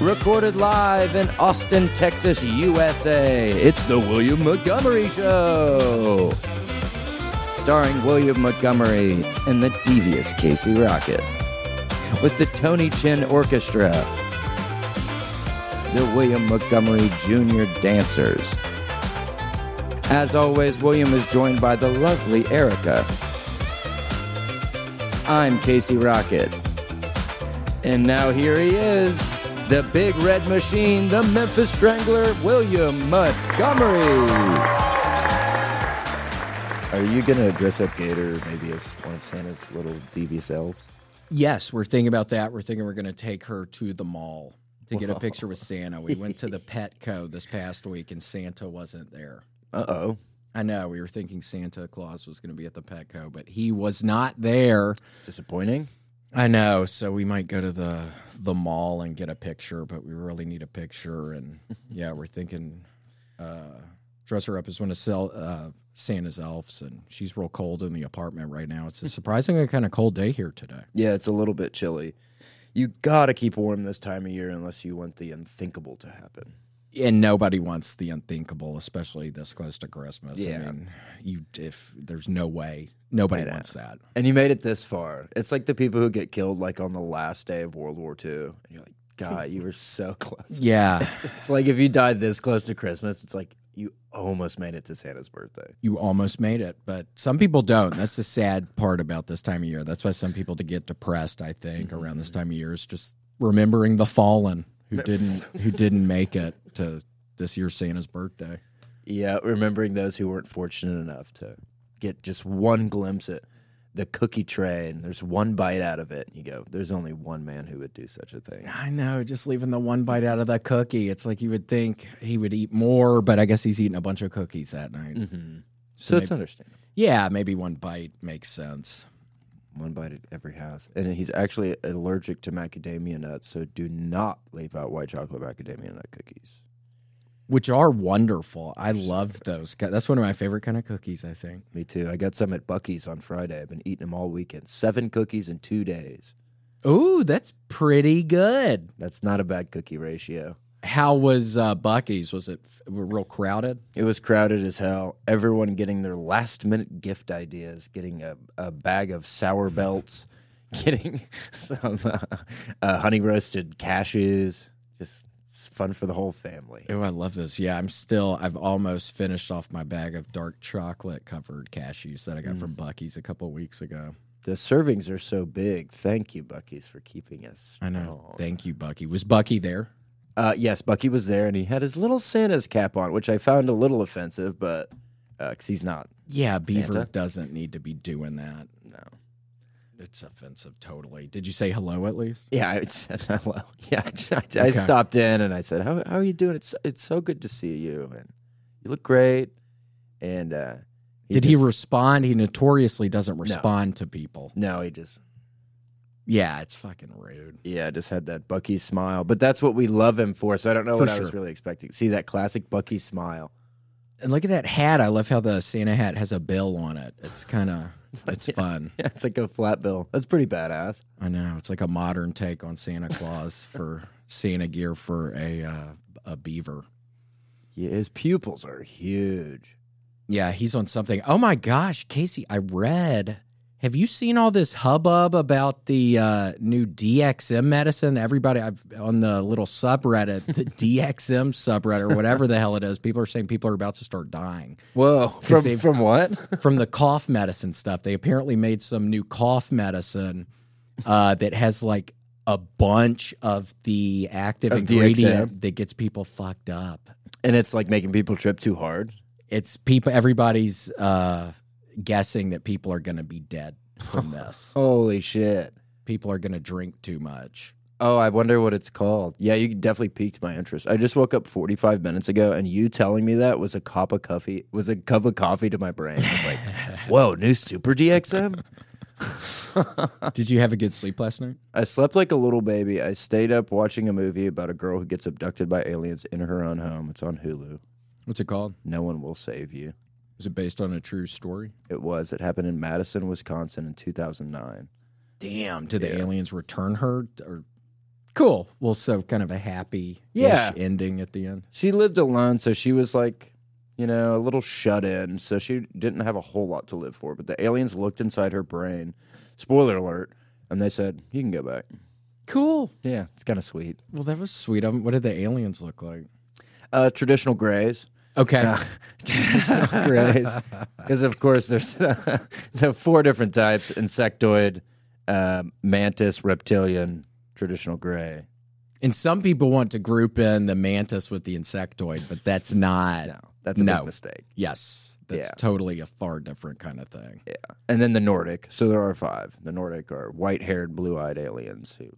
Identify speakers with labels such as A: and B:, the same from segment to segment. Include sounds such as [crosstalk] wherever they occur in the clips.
A: Recorded live in Austin, Texas, USA. It's The William Montgomery Show. Starring William Montgomery and the devious Casey Rocket. With the Tony Chin Orchestra. The William Montgomery Jr. Dancers. As always, William is joined by the lovely Erica. I'm Casey Rocket. And now here he is, the big red machine, the Memphis Strangler, William Montgomery.
B: Are you going to dress up Gator maybe as one of Santa's little devious elves?
C: Yes, we're thinking about that. We're thinking we're going to take her to the mall to get a picture with Santa. We went to the Petco this past week and Santa wasn't there.
B: Uh oh.
C: I know we were thinking Santa Claus was going to be at the Petco, but he was not there.
B: It's disappointing.
C: I know, so we might go to the the mall and get a picture, but we really need a picture. And yeah, we're thinking uh, dress her up as one of Sel- uh, Santa's elves, and she's real cold in the apartment right now. It's a surprisingly kind of cold day here today.
B: Yeah, it's a little bit chilly. You got to keep warm this time of year unless you want the unthinkable to happen.
C: and nobody wants the unthinkable, especially this close to Christmas.
B: Yeah.
C: I mean, you if there's no way nobody wants that.
B: And you made it this far. It's like the people who get killed like on the last day of World War II. And you're like, God, you were so [laughs] close.
C: Yeah,
B: It's like if you died this close to Christmas, it's like you almost made it to Santa's birthday.
C: you almost made it, but some people don't. That's the sad part about this time of year. That's why some people to get depressed. I think around this time of year is just remembering the fallen who [laughs] didn't who didn't make it to this year's Santa's birthday.
B: Yeah, remembering those who weren't fortunate enough to get just one glimpse at the cookie tray and there's one bite out of it. And you go, there's only one man who would do such a thing.
C: I know, just leaving the one bite out of that cookie. It's like you would think he would eat more, but I guess he's eating a bunch of cookies that night.
B: So it's understandable.
C: Yeah, maybe one bite makes sense.
B: One bite at every house. And he's actually allergic to macadamia nuts, so do not leave out white chocolate macadamia nut cookies.
C: Which are wonderful. I love those. That's one of my favorite kind of cookies, I think.
B: Me too. I got some at Bucky's on Friday. I've been eating them all weekend. Seven cookies in two days.
C: Ooh, that's pretty good.
B: That's not a bad cookie ratio.
C: How was uh, Bucky's? Was it f- real crowded?
B: It was crowded as hell. Everyone getting their last minute gift ideas, getting a, a bag of sour belts, [laughs] getting some uh, uh, honey roasted cashews. Just it's fun for the whole family.
C: Oh, I love this. Yeah, I'm still, I've almost finished off my bag of dark chocolate covered cashews that I got from Bucky's a couple weeks ago.
B: The servings are so big. Thank you, Bucky's, for keeping us.
C: I know. Oh. Thank you, Bucky. Was Bucky there?
B: Uh, yes, Bucky was there and he had his little Santa's cap on, which I found a little offensive, but because he's not.
C: Yeah, Beaver
B: Santa?
C: doesn't need to be doing that. No. It's offensive, totally. Did you say hello at least?
B: Yeah, I [laughs] said hello. Yeah, I, I- I
C: Okay.
B: stopped in and I said, "How how are you doing? It's it's so good to see you, and you look great." And uh,
C: Did he
B: just-
C: respond? He notoriously doesn't respond to people.
B: no, he just
C: Yeah, it's fucking rude.
B: yeah, just had that Bucky smile. But that's what we love him for. So I don't know
C: For
B: what I was
C: sure.
B: really expecting. See that classic Bucky smile. [laughs]
C: And look at that hat. I love how the Santa hat has a bill on it. It's kind of [laughs] it's, fun.
B: Yeah, it's like a flat bill. That's pretty badass.
C: I know. It's like a modern take on Santa Claus for Santa gear for a uh, a beaver.
B: Yeah, his pupils are huge.
C: Yeah, he's on something. Oh my gosh, Casey, I read. Have you seen all this hubbub about the uh, new DXM medicine? Everybody I've, on the little subreddit, the DXM subreddit, or whatever the hell it is, people are saying people are about to start dying.
B: Whoa! From
C: they've-
B: from
C: [laughs]
B: what?
C: from the cough medicine stuff. They apparently made some new cough medicine uh, that has like a bunch of the active
B: Of DXM.
C: ingredient that gets people fucked up.
B: and it's like making people trip too hard.
C: It's people. Everybody's uh, guessing that people are going to be dead [laughs] from this.
B: Holy shit!
C: people are going to drink too much.
B: Oh, I wonder what it's called. Yeah, you definitely piqued my interest. I just woke up 45 minutes ago, and you telling me that was a cup of coffee was a cup of coffee to my brain. It's like, whoa, new Super DXM.
C: Did you have a good sleep last night?
B: I slept like a little baby. I stayed up watching a movie about a girl who gets abducted by aliens in her own home. It's on Hulu.
C: What's it called?
B: No one will save you.
C: Is it based on a true story?
B: It was. It happened in Madison, Wisconsin, in 2009.
C: Damn. Did the aliens return her or Cool. Well, so kind of a happy
B: Yeah.
C: ending at the end.
B: She lived alone, so she was like, you know, a little shut in. So she didn't have a whole lot to live for. But the aliens looked inside her brain. Spoiler alert. And they said, you can go back.
C: Cool.
B: Yeah, it's kind of sweet.
C: Well, that was sweet of 'em. What did the aliens look like?
B: Uh, traditional [laughs] grays.
C: Okay.
B: Because, of course, there's [laughs] the four different types insectoid, uh, mantis, reptilian, traditional gray.
C: and some people want to group in the mantis with the insectoid, but that's not.
B: No, that's a
C: No.
B: big mistake.
C: Yes. That's
B: Yeah.
C: totally a far different kind of thing.
B: Yeah. And then the Nordic. So there are five. The Nordic are white haired, blue eyed aliens who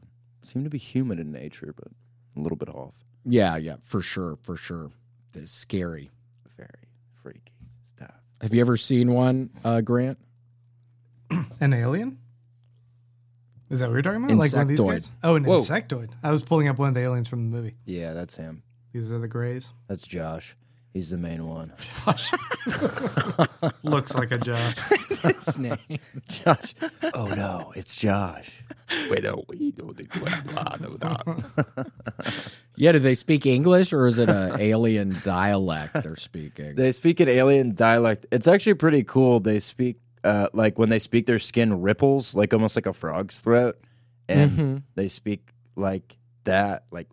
B: seem to be human in nature, but a little bit off.
C: Yeah, yeah, for sure, for sure. It's scary.
B: Very freaky stuff.
C: Have you ever seen one, uh, [laughs] Grant?
D: An alien? Is that what you're talking about? Like one of these
C: Insectoid.
D: guys? Oh, an
B: Whoa.
D: insectoid. I was pulling up one of the aliens from the movie.
B: Yeah, that's him.
D: These are the grays.
B: That's Josh. He's the main one.
D: Looks like
B: [laughs]
D: a Josh.
C: His name.
B: [laughs] Josh. Oh no, it's Josh. Wait, no, we don't think blah, no, no.
C: Yeah, do they speak English or is it a [laughs] alien dialect they're speaking?
B: They speak an alien dialect. It's actually pretty cool. They speak uh, like when they speak, their skin ripples like almost like a frog's throat, and they speak like that. Like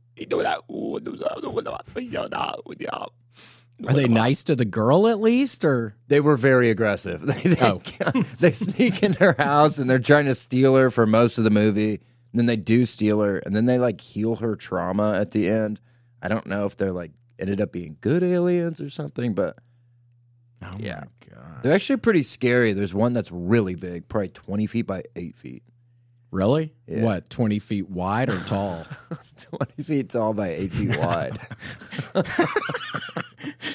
B: they
C: Are [laughs] they nice to the girl at least or
B: were very aggressive. [laughs] They they, they sneak in her house and they're trying to steal her for most of the movie. Then they do steal her, and then they like heal her trauma at the end. I don't know if they're like ended up being good aliens or something, but
C: Oh
B: Yeah.
C: my god.
B: They're actually pretty scary. There's one that's really big, probably 20 feet by 8 feet. [laughs]
C: Really?
B: Yeah.
C: What, twenty feet wide or [laughs] tall?
B: 20 feet tall by 8 feet wide.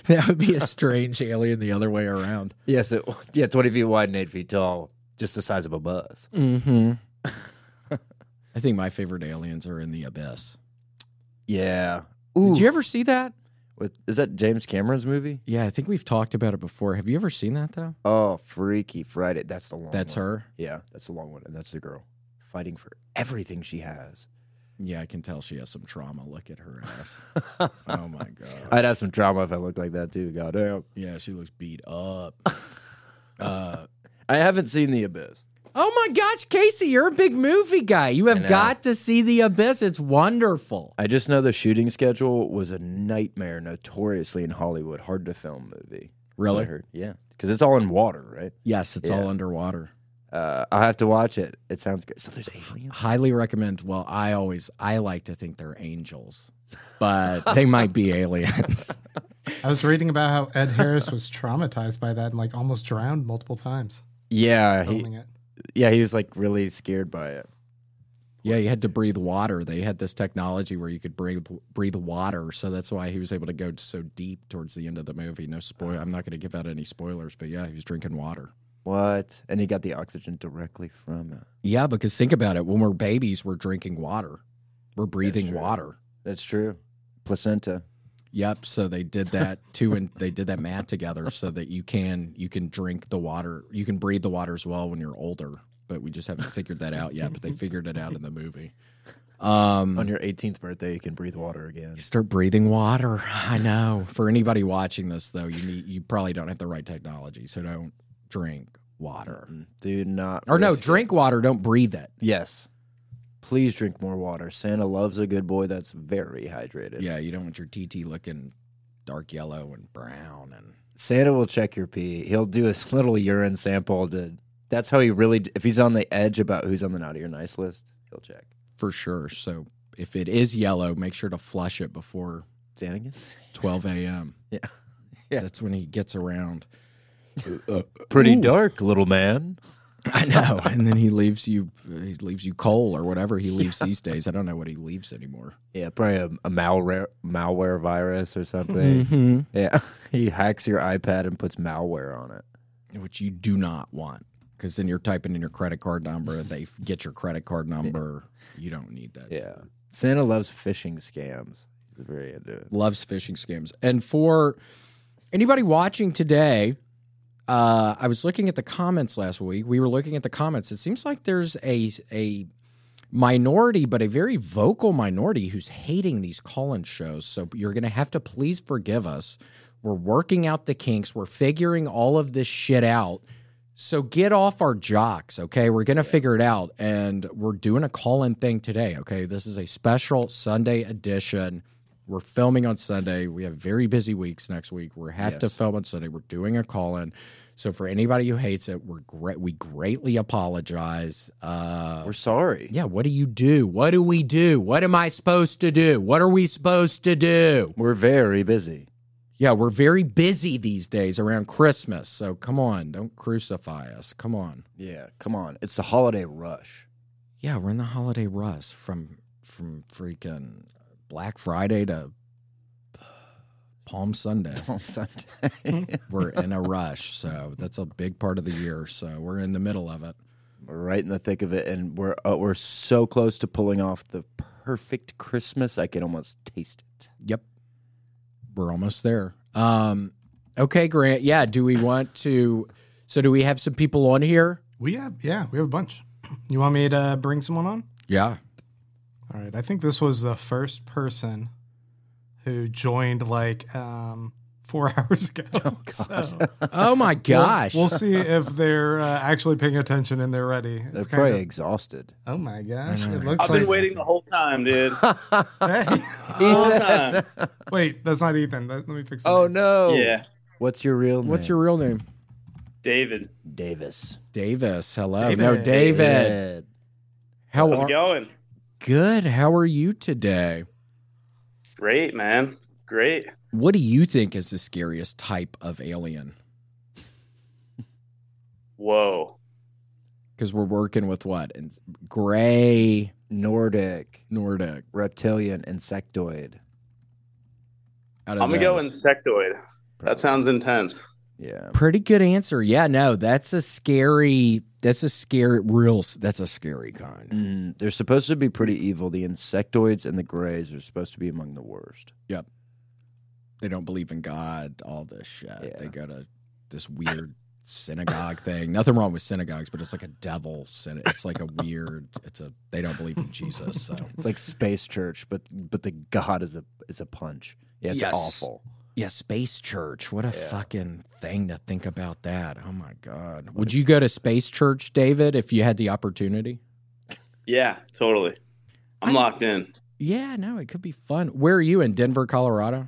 C: that would be a strange alien the other way around.
B: [laughs] yes, it, yeah, 20 feet wide and 8 feet tall, just the size of a bus.
C: Mm-hmm. I think my favorite aliens are in the abyss.
B: Yeah.
C: Did you ever see that?
B: With, is that James Cameron's movie?
C: Yeah, I think we've talked about it before. Have you ever seen that though?
B: Oh, Freaky Friday. That's the long
C: That's
B: one.
C: her.
B: Yeah, that's the long one. And that's the girl fighting for everything she has.
C: Yeah, I can tell she has some trauma. Look at her ass. oh my god.
B: [laughs] I'd have some trauma if I looked like that too. God damn.
C: Yeah, she looks beat up. Uh,
B: I haven't seen The Abyss.
C: oh my gosh, Casey, you're a big movie guy. You have got to see The Abyss. It's wonderful.
B: I just know the shooting schedule was a nightmare, notoriously in Hollywood. Hard to film movie. That's what I
C: Really?
B: heard. Yeah. Because it's all in water, right?
C: Yes, it's all underwater.
B: Uh, I'll have to watch it. It sounds good. So there's aliens?
C: Highly recommend. Well, I always I like to think they're angels, but they might be aliens.
D: I was reading about how Ed Harris was traumatized by that and like almost drowned multiple times
B: Yeah. He,
D: filming it.
B: yeah, he was like really scared by it.
C: Yeah, you had to breathe water. They had this technology where you could breathe breathe water, so that's why he was able to go so deep towards the end of the movie. No spoil. I'm not going to give out any spoilers, but yeah, he was drinking water.
B: What? And he got the oxygen directly from it.
C: Yeah, because think about it. When we're babies, we're drinking water. We're breathing water.
B: That's true. Placenta.
C: Yep. So they did that too, and they did that math together so that you can you can drink the water, you can breathe the water as well when you're older. But we just haven't figured that out yet. But they figured it out in the movie. Um,
B: On your 18th birthday, you can breathe water again.
C: Start breathing water. [laughs] I know. For anybody watching this, though, you need, you probably don't have the right technology, so don't drink water.
B: Do not.
C: Or no,
B: risk-
C: drink water. Don't breathe it.
B: Yes. Please drink more water. Santa loves a good boy that's very hydrated.
C: Yeah, you don't want your TT looking dark yellow and brown. And
B: Santa will check your pee. He'll do his [laughs] little urine sample. To, that's how he really. If he's on the edge about who's on the naughty or nice list, he'll check.
C: for sure. So if it is yellow, make sure to flush it before
B: Santa gets
C: 12 a.m.
B: [laughs] Yeah. Yeah. Uh,
C: That's when he gets around.
B: pretty dark, little man.
C: [laughs] I know. and then he leaves you. He leaves you coal or whatever he leaves these days. I don't know what he leaves anymore.
B: Yeah, probably a, a malware malware virus or something.
C: Mm-hmm.
B: Yeah, [laughs] he hacks your iPad and puts malware on it.
C: which you do not want because then you're typing in your credit card number they f- get your credit card number you don't need that
B: Yeah, Santa loves phishing scams. He's very into it.
C: loves phishing scams and for anybody watching today uh, i was looking at the comments last week we were looking at the comments it seems like there's a a minority, but a very vocal minority who's hating these call-in shows. So you're going to have to please forgive us. We're working out the kinks. We're figuring all of this shit out. So get off our jocks, okay? We're going to figure it out. And we're doing a call in thing today, okay? This is a special Sunday edition. We're filming on Sunday. We have very busy weeks next week. We have to film on Sunday. We're doing a call in. So for anybody who hates it, we're great. We greatly apologize. Uh,
B: We're sorry.
C: yeah, what do you do? What do we do? What am I supposed to do? What are we supposed to do?
B: We're very busy.
C: Yeah, we're very busy these days around Christmas. So come on, don't crucify us. Come on.
B: Yeah, come on. It's the holiday rush. [laughs]
C: Yeah, we're in the holiday rush from from freaking Black Friday to Palm Sunday.
B: On Sunday.
C: We're in a rush, so that's a big part of the year. So we're in the middle of it.
B: [laughs] we're right in the thick of it, and we're uh, we're so close to pulling off the perfect Christmas. I can almost taste it.
C: Yep. We're almost there. Um okay, Grant. Yeah, do we want to so do we have some people on here?
D: We have, yeah, we have a bunch. You want me to uh, bring someone on?
C: Yeah.
D: All right. I think this was the first person who joined like um, four [laughs] hours ago. So
C: Oh my gosh.
D: we'll see if they're uh, actually paying attention and they're ready.
B: They're
D: It's kind
B: probably
D: of-
B: exhausted.
D: oh my gosh! It looks
E: I've been
D: like
E: waiting the whole time, dude.
D: Hey,
E: [laughs] whole
B: [laughs]
E: time.
D: wait, that's not Ethan. That- let me fix. the
B: Oh
D: name.
B: no!
E: Yeah,
B: What's your real name?
C: What's your real name?
E: David,
B: Davis?
C: Davis. Hello. No,
D: David.
C: David.
B: David.
C: How
E: how's
C: are
E: it going?
C: good? How are you today?
E: Great, man. Great.
C: What do you think is the scariest type of alien?
E: Whoa.
C: Because we're working with what? And gray
B: Nordic,
C: Nordic.
B: reptilian, insectoid.
C: Out of
E: I'm gonna go
C: those.
E: insectoid. That sounds intense.
B: Yeah.
C: Pretty good answer. Yeah, no, that's a scary. That's a scary. Real. s- That's a scary kind.
B: Mm, they're supposed to be pretty evil. The insectoids and the grays are supposed to be among the worst.
C: They don't believe in God. All this shit.
B: Yeah.
C: They go to this weird synagogue thing. Nothing wrong with synagogues, but it's like a devil. syn- It's like a weird. It's a. They don't believe in Jesus. [laughs] So
B: It's like space church, but but the god is a is a punch. Yeah, it's
C: Yes.
B: awful.
C: yeah, space church. What a fucking thing to think about that. Oh my god. Would you go to space church, David, if you had the opportunity?
E: Yeah, totally. I'm locked in.
C: Yeah, no, it could be fun. Where are you in Denver, Colorado?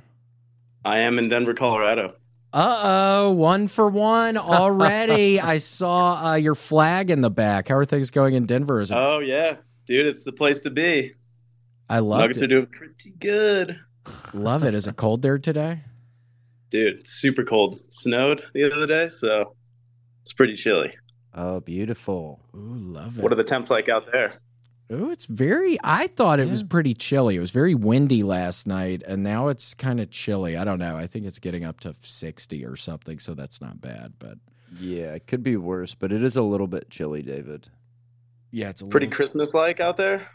E: I am in Denver, Colorado.
C: Uh oh, one for one [laughs] already. I saw uh, your flag in the back. How are things going in Denver? Is it,
E: Oh yeah, dude, it's the place to be.
C: I love
E: Nuggets are
C: it.
E: doing pretty good,
C: Love it. Is it cold there today?
E: dude. it's Super cold. Snowed the other day, so it's pretty chilly.
B: Oh, beautiful.
C: Ooh, love
E: What
C: it.
E: are the temps like out there?
C: Ooh, it's very. I thought it was
B: Yeah.
C: pretty chilly. It was very windy last night, and now it's kind of chilly. I don't know. I think it's getting up to sixty or something, so that's not bad. But
B: Yeah, it could be worse, but it is a little bit chilly, David.
C: yeah, it's a
E: Pretty
C: Little,
E: Christmas like out there.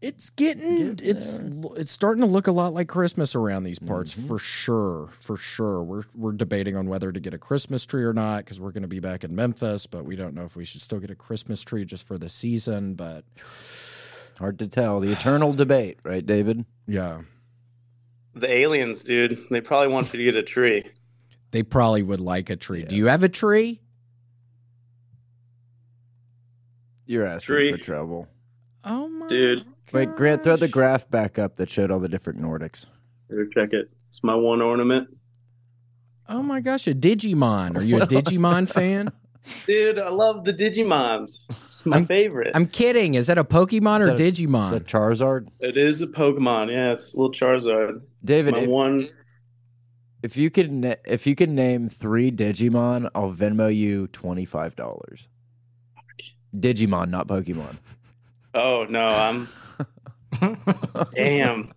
C: it's getting.
B: Getting
C: it's lo- it's starting to look a lot like Christmas around these parts
B: Mm-hmm.
C: for sure. For sure, we're we're debating on whether to get a Christmas tree or not because we're going to be back in Memphis, but we don't know if we should still get a Christmas tree just for the season. But
B: Hard to tell. The [sighs] eternal debate, right, David?
C: yeah,
E: The aliens, dude. They probably want you to get a tree.
C: they probably would like a tree. Do you have a tree?
B: You're asking
E: Three.
B: for trouble.
C: Oh my
E: Dude.
B: Wait, Grant, throw the
C: gosh.
B: graph back up that showed all the different Nordics.
E: Here, check it. It's my one ornament.
C: Oh my gosh, a Digimon.
B: [laughs]
C: Are you a Digimon fan?
E: Dude, I love the Digimons. It's my
C: I'm-
E: favorite.
C: I'm kidding. Is that a Pokemon or
B: Is that a- Is
C: Digimon?
B: that Charizard?
E: It is a Pokemon. Yeah, it's a little Charizard.
B: David,
E: it's my
B: if,
E: one.
B: if you could na- if you could name three Digimon, I'll Venmo you twenty five dollars. Digimon, not Pokemon.
E: Oh no, I'm. [laughs]
C: [laughs]
E: Damn.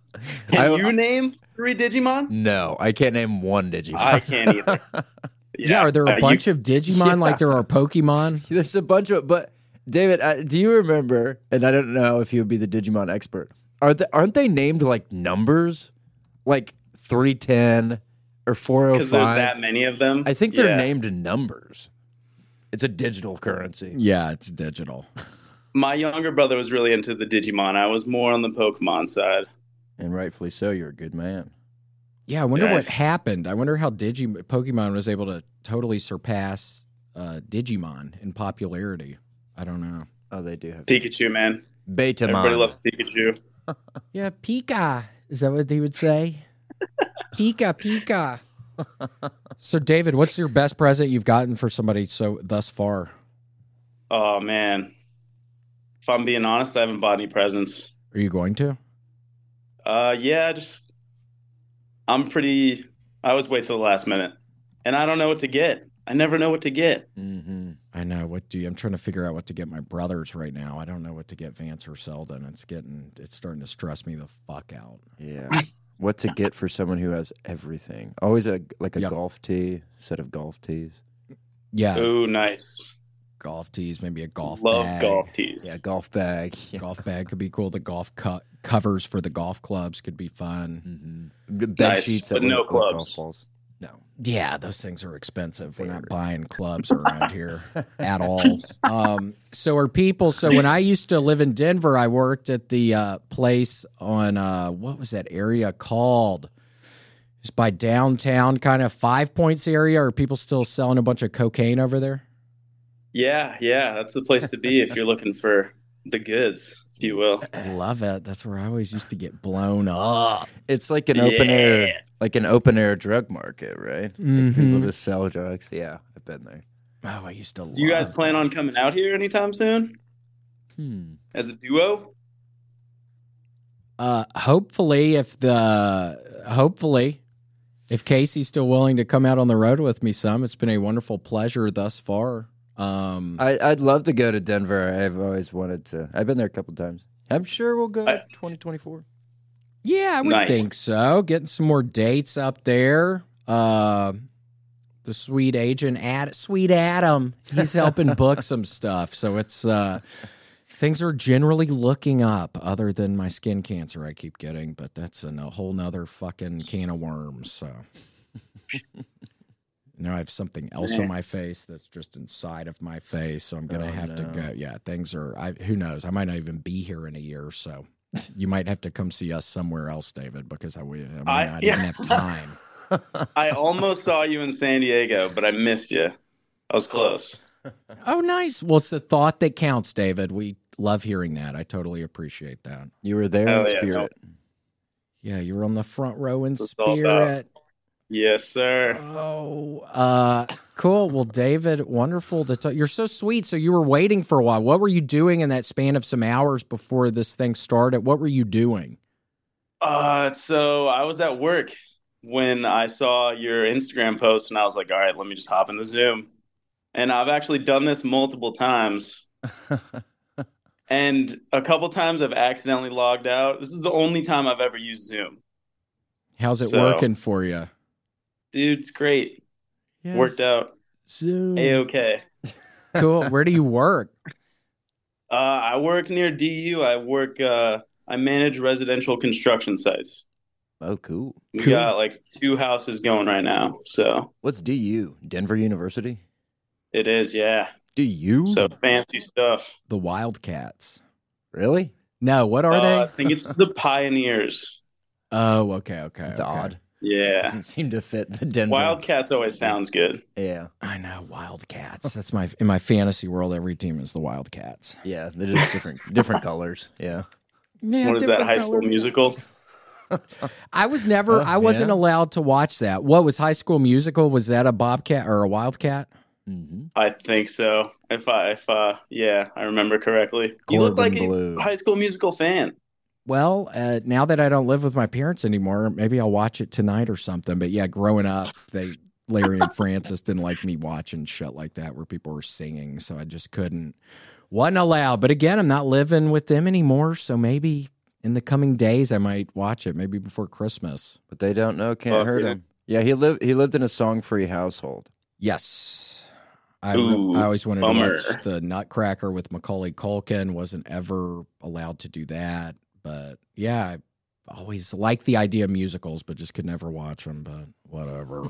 E: Can
B: I-
E: you name three Digimon?
B: No, I can't name one Digimon.
E: I can't either.
C: [laughs] yeah, are there
E: uh,
C: a
E: you-
C: bunch of Digimon like there
E: [laughs]
C: are Pokemon?
B: [laughs] There's a bunch of, but David, I, do you remember? And I don't know if you would be the Digimon expert. Are they, aren't they named like numbers, like three ten or four oh
E: Because there's that
B: five?
E: many of them.
B: I think they're
E: Yeah.
B: named numbers. It's a digital currency.
C: Yeah, it's digital.
E: my younger brother was really into the Digimon. I was more on the Pokemon side.
B: and rightfully so. You're a good man.
C: Yeah, I wonder
E: Yeah,
C: what
E: I-
C: happened. I wonder how Digi Pokemon was able to totally surpass uh, Digimon in popularity. I don't know.
B: Oh, they do have
E: Pikachu, man.
B: Betamon.
E: Everybody loves Pikachu.
C: Yeah, Pika. Is that what they would say?
E: [laughs]
C: Pika, Pika. so, David, what's your best present you've gotten for somebody so thus far?
E: Oh man. If I'm being honest, I haven't bought any presents.
C: Are you going to?
E: Uh yeah, just I'm pretty I always wait till the last minute. And I don't know what to get. I never know what to get.
B: Mm-hmm.
C: I know. What do you? I'm trying to figure out what to get my brothers right now. I don't know what to get Vance or Selden. It's getting. It's starting to stress me the fuck out. [laughs]
B: Yeah. what to get for someone who has everything? Always a like a
C: Yep.
B: golf tee, set of golf tees.
C: Yeah,
E: Oh, nice.
C: golf tees, maybe a golf
E: Love
C: bag.
E: golf tees.
B: Yeah, golf bag. [laughs] Yeah.
C: Golf bag could be cool. The golf co- covers for the golf clubs could be fun.
B: Mm-hmm. Bed
E: Nice,
B: sheets,
E: but
B: that
E: no
B: look like
E: clubs.
B: golf balls. No.
C: Yeah, those things are expensive. We're not
B: Fair.
C: buying clubs around [laughs] here at all. Um, so are people. So when I used to live in Denver, I worked at the uh, place on uh, what was that area called? It's by downtown, kind of Five Points area. Are people still selling a bunch of cocaine over there?
E: Yeah, yeah, that's the place to be if you're looking for the goods, if you will.
C: Love it. That's where I always used to get blown up.
B: It's like an open air,
E: Yeah.
B: like an open air drug market, right? Like
C: Mm-hmm.
B: people just sell drugs. Yeah, I've been there.
C: Oh, I used to. Love
E: Do you guys plan on coming out here anytime soon?
B: Hmm.
E: As a duo?
C: Uh, hopefully, if the hopefully, if Casey's still willing to come out on the road with me, some it's been a wonderful pleasure thus far. Um,
B: I, I'd love to go to Denver. I've always wanted to. I've been there a couple times. I'm sure we'll go
E: I-
B: 2024.
C: yeah, I would
E: Nice.
C: think so. Getting some more dates up there. Uh, the sweet agent, Ad, sweet Adam, he's
B: [laughs]
C: helping book some stuff. So it's uh, things are generally looking up, other than my skin cancer I keep getting, but that's an- a whole nother fucking can of worms. So. [laughs] Now I have something else on my face that's just inside of my face, so I'm gonna
B: Oh,
C: have to
B: no.
C: go. Yeah, things are. I, who knows? I might not even be here in a year, or so you might have to come see us somewhere else, David, because I, we, I might
E: I- [laughs]
C: not
E: yeah.
C: even have time.
E: I almost saw you in San Diego, but I missed you. I was close.
C: Oh, nice. Well, it's the thought that counts, David. We love hearing that. I totally appreciate that.
B: [laughs] You were there
E: Oh,
B: in
E: yeah, no.
B: spirit.
C: Yeah, you were on the front row in
E: It's all about-
C: spirit.
E: Yes, sir.
C: Oh, uh, cool. Well, David, wonderful to talk. You're so sweet. So you were waiting for a while. What were you doing in that span of some hours before this thing started? What were you doing?
E: Uh, so I was at work when I saw your Instagram post, and I was like, all right, let me just hop in the Zoom. And I've actually done this multiple times. and a couple times I've accidentally logged out. This is the only time I've ever used Zoom.
C: How's it
E: So-
C: working for you?
E: Dude, it's great. Worked out.
C: Zoom.
E: A okay.
C: Cool. Where do you work?
E: Uh, I work near DU. I work, uh, I manage residential construction sites.
B: [laughs] Oh, cool.
E: We
C: Cool.
E: got like two houses going right now. So
B: What's DU? Denver University?
E: it is, yeah.
B: Do you?
E: So fancy stuff.
C: The Wildcats.
B: really?
C: No, what are
E: Uh,
C: they?
E: I think it's the Pioneers.
C: Oh, okay, okay.
B: It's
C: okay.
B: odd.
E: Yeah.
B: Doesn't seem to fit the Denver.
E: Wildcats always sounds good.
B: Yeah.
C: I know Wildcats. That's my in my fantasy world. Every team is the Wildcats.
B: Yeah. They're just different different colors. Yeah.
C: Yeah,
E: what is that, High School Musical?
C: I was never.
B: Oh,
C: I wasn't
B: yeah.
C: allowed to watch that. What was High School Musical? Was that a Bobcat or a Wildcat?
B: Mm-hmm.
E: I think so. If I, if uh, yeah, I remember correctly. you look like
B: Corbin Blue.
E: a High School Musical fan.
C: Well, uh, now that I don't live with my parents anymore, maybe I'll watch it tonight or something. But yeah, growing up, they Larry and Francis didn't like me watching shit like that where people were singing, so I just couldn't. wasn't allowed. But again, I'm not living with them anymore, so maybe in the coming days I might watch it. Maybe before Christmas.
B: But they don't know. Can't
E: Fuck
B: hurt
E: yeah.
B: him. Yeah. He lived. He lived in a song free household.
C: Yes. I,
E: Ooh,
C: I always wanted
E: bummer.
C: to watch the Nutcracker with Macaulay Culkin. Wasn't ever allowed to do that, but yeah, I always liked the idea of musicals, but just could never watch them. But whatever.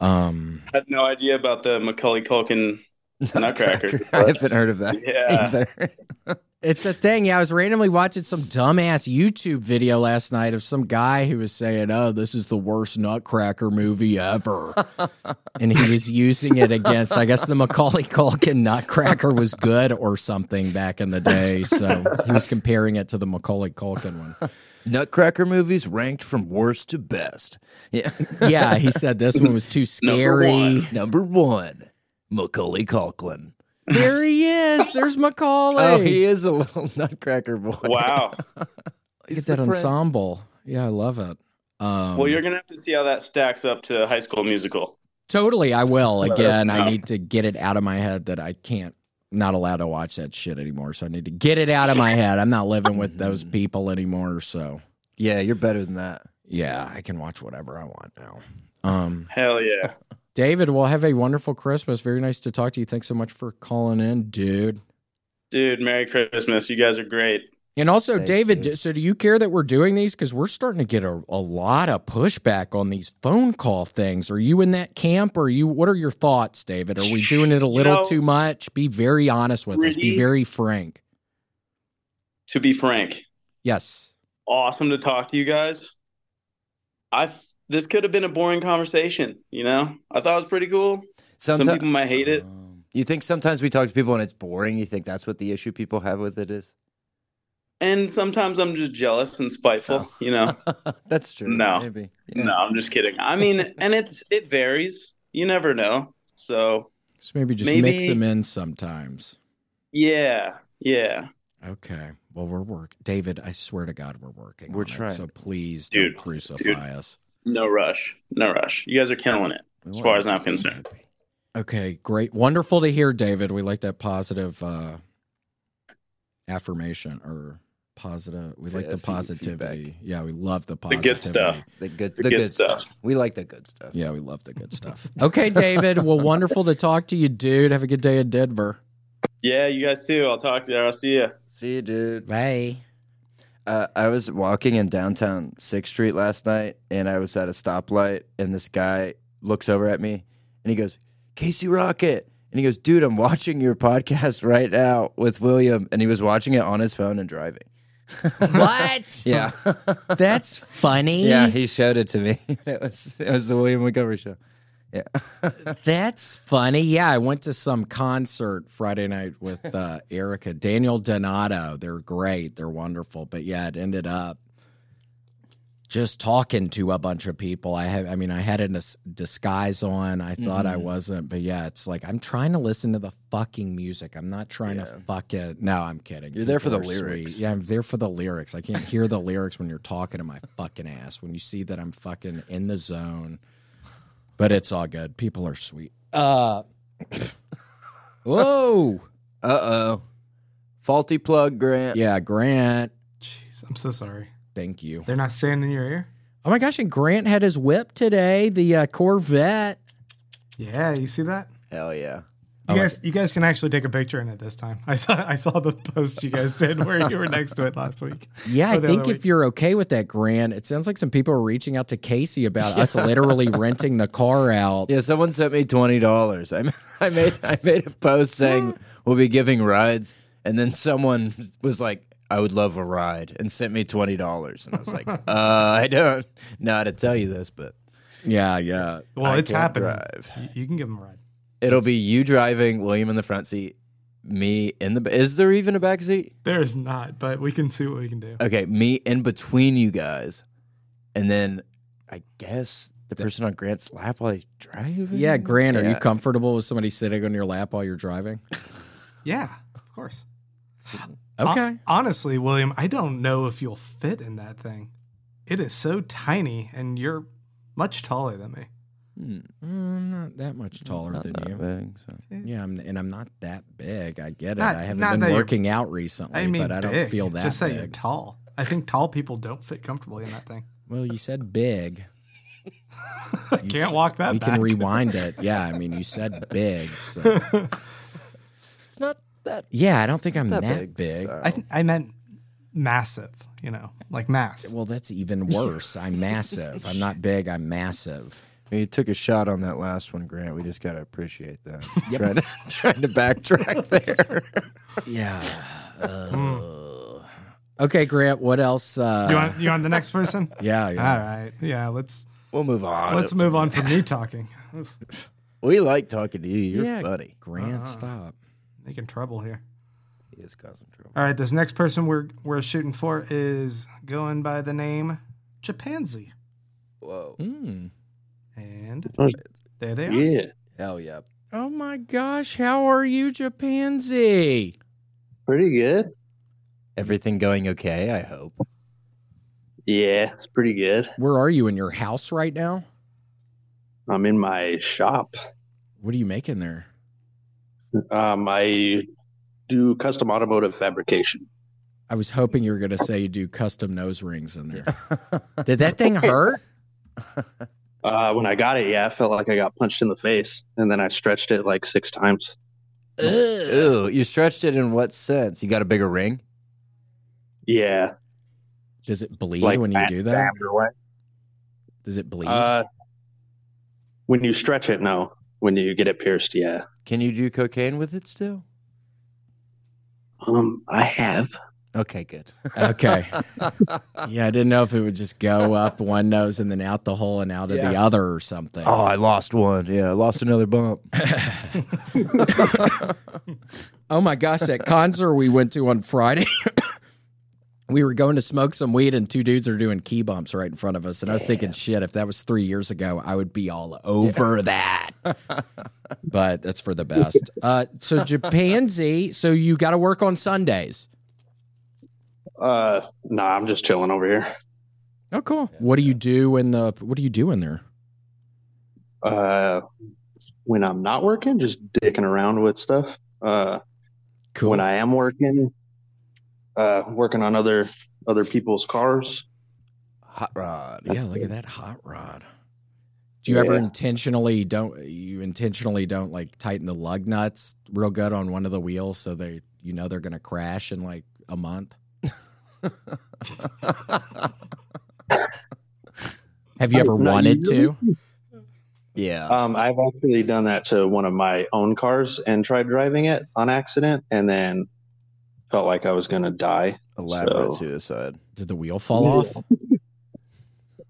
C: um,
B: [laughs]
E: I had no idea about the Macaulay Culkin [laughs] Nutcracker.
B: I haven't heard of that
E: Yeah.
B: either.
C: It's a thing. Yeah, I was randomly watching some dumbass YouTube video last night of some guy who was saying, "Oh, this is the worst Nutcracker movie ever," and he was using it against, I guess, the Macaulay Culkin Nutcracker was good or something back in the day. So he was comparing it to the Macaulay Culkin one.
B: Nutcracker movies ranked from worst to best. Yeah. [laughs]
C: Yeah, he said this one was too
E: Number
C: scary.
E: one.
B: Number one, Macaulay Culkin.
C: There he is. There's Macaulay.
B: Oh, he is a little [laughs] nutcracker boy.
E: Wow.
B: He's
C: Get
B: the
C: that
B: prince.
C: ensemble. Yeah, I love it. Um,
E: Well, you're gonna have to see how that stacks up to High School Musical.
C: Totally, I will.
E: Let us
C: Again, I
E: know.
C: need to get it out of my head that I can't, not allowed to watch that shit anymore. So I need to get it out of my head. I'm not living with those people anymore. So
B: Yeah, you're better than that.
C: yeah, I can watch whatever I want now. Um,
E: Hell yeah.
B: [laughs]
C: David, well, have a wonderful Christmas. Very nice to talk to you. Thanks so much for calling in, dude.
E: Dude, Merry Christmas. You guys are great.
C: And also,
B: Thanks,
C: David,
B: dude.
C: d- so do you care that we're doing these? Because we're starting to get a, a lot of pushback on these phone call things. Are you in that camp? Or are you? What are your thoughts, David?
E: [laughs]
C: Are we doing it a little
E: know-
C: too much? Be very honest with us. Be
E: Really?
C: very frank.
E: To be frank,
C: Yes.
E: awesome to talk to you guys. I this could have been a boring conversation, you know? I thought it was pretty cool. Some people
B: Sometimes
E: might hate it.
B: Um, you think sometimes we talk to people and it's boring. You think that's what the issue people have with it is.
E: And sometimes I'm just jealous and spiteful, you know. [laughs]
B: [laughs] that's true.
E: No.
B: maybe. Yeah.
E: No, I'm just kidding. I mean, and it's it varies. You never know. So
C: So maybe just
E: Maybe-
C: mix them in sometimes.
E: yeah, yeah.
C: Okay. Well, we're working. David, I swear to God, we're working.
B: We're
C: on it.
B: trying.
C: so please
E: Dude,
C: don't crucify
E: dude.
C: us.
E: No rush. No rush. You guys are killing it.
B: We
E: As
B: want
E: far as
B: you to
E: I'm
B: be
E: concerned.
B: happy.
C: Okay. Great. Wonderful to hear, David. We like that positive uh, affirmation or positive. We like
B: Fe-
C: the
B: fe-
C: positivity.
B: feedback.
C: Yeah. We love the
E: good
C: positivity.
E: stuff.
B: The good, the,
E: The
B: good,
E: good
B: stuff.
E: stuff.
B: We like the good stuff.
C: Yeah. We love the good stuff. okay, David. Well, wonderful to talk to you, dude. Have a good day in Denver.
E: Yeah, you guys too. I'll talk to you. I'll see you.
B: See you, dude.
C: Bye.
B: Uh, I was walking in downtown Sixth Street last night, and I was at a stoplight, and this guy looks over at me, and he goes, "Casey Rocket," and he goes, "Dude, I'm watching your podcast [laughs] right now with William," and he was watching it on his phone and driving.
C: What?
B: [laughs] Yeah,
C: That's funny.
B: yeah, he showed it to me. [laughs] it was it was the William Montgomery show.
C: That's funny. Yeah, I went to some concert Friday night
B: [laughs]
C: with uh, Erica, Daniel Donato. They're great. They're wonderful. But yeah, it ended up just talking to a bunch of people. I have, I mean, I had a dis- disguise on. I thought
B: Mm-hmm.
C: I wasn't, but yeah, it's like I'm trying to listen to the fucking music. I'm not trying to fuck it. No, I'm kidding.
B: You're there for
C: People
B: the
C: are
B: lyrics.
C: Yeah, I'm there for the lyrics. I can't hear the lyrics when you're talking to my fucking ass. When you see that I'm fucking in the zone but it's all good. People are sweet. Uh, [laughs] whoa,
B: Uh oh, faulty plug, Grant.
C: yeah, Grant.
D: Jeez, I'm so sorry.
C: Thank you.
D: They're not staying in your ear.
C: Oh my gosh, and Grant had his whip today, the uh, Corvette.
D: Yeah, you see that?
B: Hell yeah.
D: You guys, you guys can actually take a picture in it this time. I saw, I saw the post you guys did where you were next to it last week.
C: Yeah, I
D: Oh, the
C: think
D: other
C: if
D: week.
C: you're okay with that, Grant, it sounds like some people are reaching out to Casey about us [laughs] literally renting the car out.
B: Yeah, someone sent me twenty dollars. I, [laughs] ma- I made I made a post saying we'll be giving rides, and then someone was like, "I would love a ride," and sent me twenty dollars, and I was [laughs] like, "Uh, I don't know how to tell you this, but
C: Yeah, yeah.
D: Well,
B: I
D: it's
B: can't
D: happening.
B: drive.
D: You, you can give them a ride.
B: it'll be you driving, William in the front seat, me in the. ba- Is there even a back seat?
D: There is not, but we can see what we can do.
B: Okay, me in between you guys, and then I guess the person on Grant's lap while he's driving.
C: Yeah, Grant, are you
B: Yeah.
C: comfortable with somebody sitting on your lap while you're driving?
D: Yeah, of course.
C: Okay.
D: Hon- honestly, William, I don't know if you'll fit in that thing. It is so tiny, and you're much taller than me.
B: Hmm,
C: Mm, I'm not that much taller
B: not
C: than
B: that
C: you.
B: big, so.
C: Yeah, I'm, and I'm not that big. I get it.
D: Not-
C: I
D: not
C: haven't
D: that
C: been
D: you're-
C: working out recently,
D: I mean,
C: but I don't
D: big,
C: feel that
D: Just that
C: big.
D: you're tall. I think tall people don't fit comfortably in that thing.
C: [laughs] well, you said big.
D: I can't walk that [laughs]
C: We
D: back.
C: can rewind it. Yeah, I mean, you
D: [laughs]
C: said big. So.
B: It's not that
C: Yeah, I don't think I'm that,
B: big,
C: big.
B: so-
D: I, I meant massive, you know, like mass. [laughs]
C: Well, that's even worse. I'm massive. I'm not big. I'm massive.
B: You took a shot on that last one, Grant. We just got to appreciate
C: [laughs]
B: that. trying, to, [laughs] trying to backtrack there.
C: Yeah. Uh, okay, Grant. What else? Uh,
D: You want you want the next person?
C: yeah. [laughs] yeah.
D: All right. Yeah. Let's
B: we'll move on.
D: let's move on from
C: [laughs]
D: me talking. Oof,
B: we like talking to you. You're
C: Yeah.
B: funny.
C: Grant,
D: Uh-huh.
C: stop.
D: making trouble here.
B: He is causing trouble.
C: Uh,
D: All right. This next person we're we're shooting for is going by the name Japanzi,
B: Whoa.
C: Mm.
D: and
E: Oh,
D: there they are.
E: Yeah.
B: Hell yeah.
C: Oh my gosh, how are you, Japanzi?
E: Pretty good.
B: Everything going okay, I hope. [laughs]
E: Yeah, it's pretty good.
C: Where are you in your house right now?
E: I'm in my shop.
C: What are you making there?
E: Um, I do custom automotive fabrication.
C: I was hoping you were going to say you do custom nose rings in there. [laughs] Did that thing hurt?
E: Uh, when I got it, yeah, I felt like I got punched in the face, and then I stretched it like six times.
B: Ooh, you stretched it in what sense? You got a bigger ring?
E: Yeah,
C: Does it bleed
E: like
C: when you
E: back-
C: do that?
E: back or what?
C: Does it bleed?
E: Uh, when you stretch it, no. When you get it pierced, yeah.
B: Can you do cocaine with it still?
E: Um, I have.
B: Okay, [laughs] good.
C: okay. yeah, I didn't know if it would just go up one nose and then out the hole and out of the other or something.
B: Oh, I lost one. Yeah, I lost another bump.
C: Oh my gosh, that concert we went to on Friday. [coughs] we were going to smoke some weed and two dudes are doing key bumps right in front of us. And I was thinking, shit, if that was three years ago, I would be all over that. but that's for the best. Uh, so Japanzi, so you got to work on Sundays.
E: Uh, no, nah, I'm just chilling over here.
C: Oh, cool. What do you do in the? What do you do in there?
E: Uh, when I'm not working, just dicking around with stuff. Uh,
C: Cool.
E: when I am working, uh, working on other other people's cars.
B: Hot rod. [laughs]
C: yeah, look at that hot rod. Do you ever
E: Yeah.
C: intentionally don't you intentionally don't like tighten the lug nuts real good on one of the wheels so they you know they're gonna crash in like a month? Have you ever
E: No,
C: wanted to?
E: really-
B: Yeah.
E: Um, I've actually done that to one of my own cars and tried driving it on accident, and then felt like I was gonna die.
B: Elaborate
E: so-
B: suicide.
C: Did the wheel fall
E: Yeah.
C: off?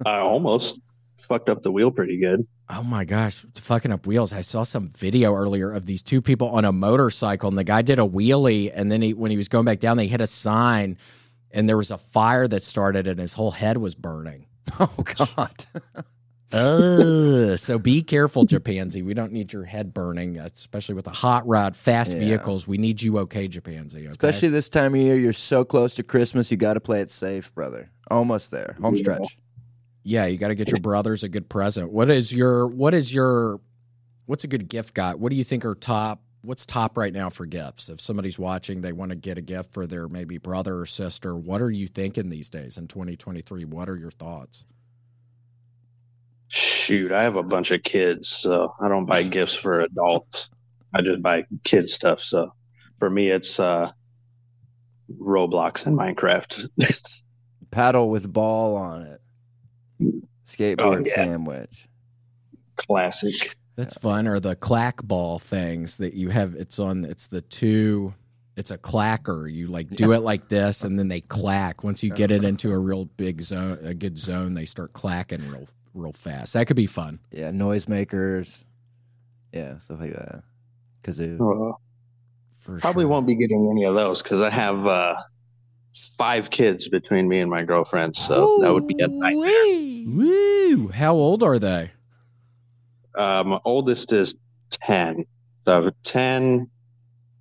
E: I almost fucked up the wheel pretty good.
C: Oh my gosh, fucking up wheels. I saw some video earlier of these two people on a motorcycle and the guy did a wheelie and then he when he was going back down they hit a sign and there was a fire that started and his whole head was burning.
B: [laughs] Oh, God. [laughs]
C: Ugh. Oh, so be careful, Japanzi. We don't need your head burning, especially with a hot rod, fast
B: Yeah.
C: vehicles. We need you okay, Japanzi. Okay?
B: Especially this time of year, you're so close to Christmas. You got to play it safe, brother. Almost there. Home stretch.
C: Yeah, you got to get your brothers a good present. What is your what is your what's a good gift got? What do you think are top what's top right now for gifts? If somebody's watching, they want to get a gift for their maybe brother or sister. What are you thinking these days in 2023? What are your thoughts?
E: Shoot, I have a bunch of kids, so I don't buy gifts for adults. I just buy kid stuff. So for me, it's uh, Roblox and Minecraft. [laughs]
B: Paddle with ball on it. Skateboard
E: Oh, yeah.
B: sandwich.
E: Classic.
C: That's fun. Or the clack ball things that you have. It's on. It's the two. It's a clacker. You like do it like this, and then they clack. Once you get it into a real big zone, a good zone, they start clacking real, real fast. That could be fun.
B: Yeah, noisemakers. Yeah, stuff like that. Kazoo.
E: Uh,
C: For
E: probably
C: sure.
E: won't be getting any of those because I have uh, five kids between me and my girlfriend. So that would be a nightmare.
C: Woo! How old are they?
E: Uh, my oldest is 10. So 10,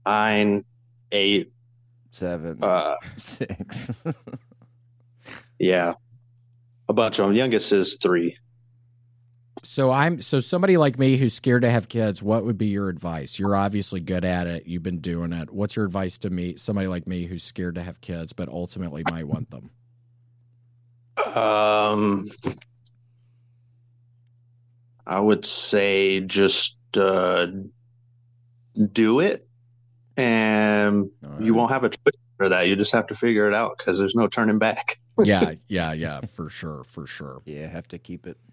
E: 9, 8.
B: Seven.
E: Uh,
B: six. [laughs]
E: yeah. A bunch of them. Youngest is 3.
C: So I'm so somebody like me who's scared to have kids. What would be your advice? You're obviously good at it. You've been doing it. What's your advice to me? Somebody like me who's scared to have kids, but ultimately might want
E: [laughs]
C: them.
E: Um, I would say just uh, do it, and you won't have a choice for that. You just have to figure it out because there's no turning back.
C: yeah, yeah, yeah, for sure, for sure.
B: Yeah, have to keep it. [laughs]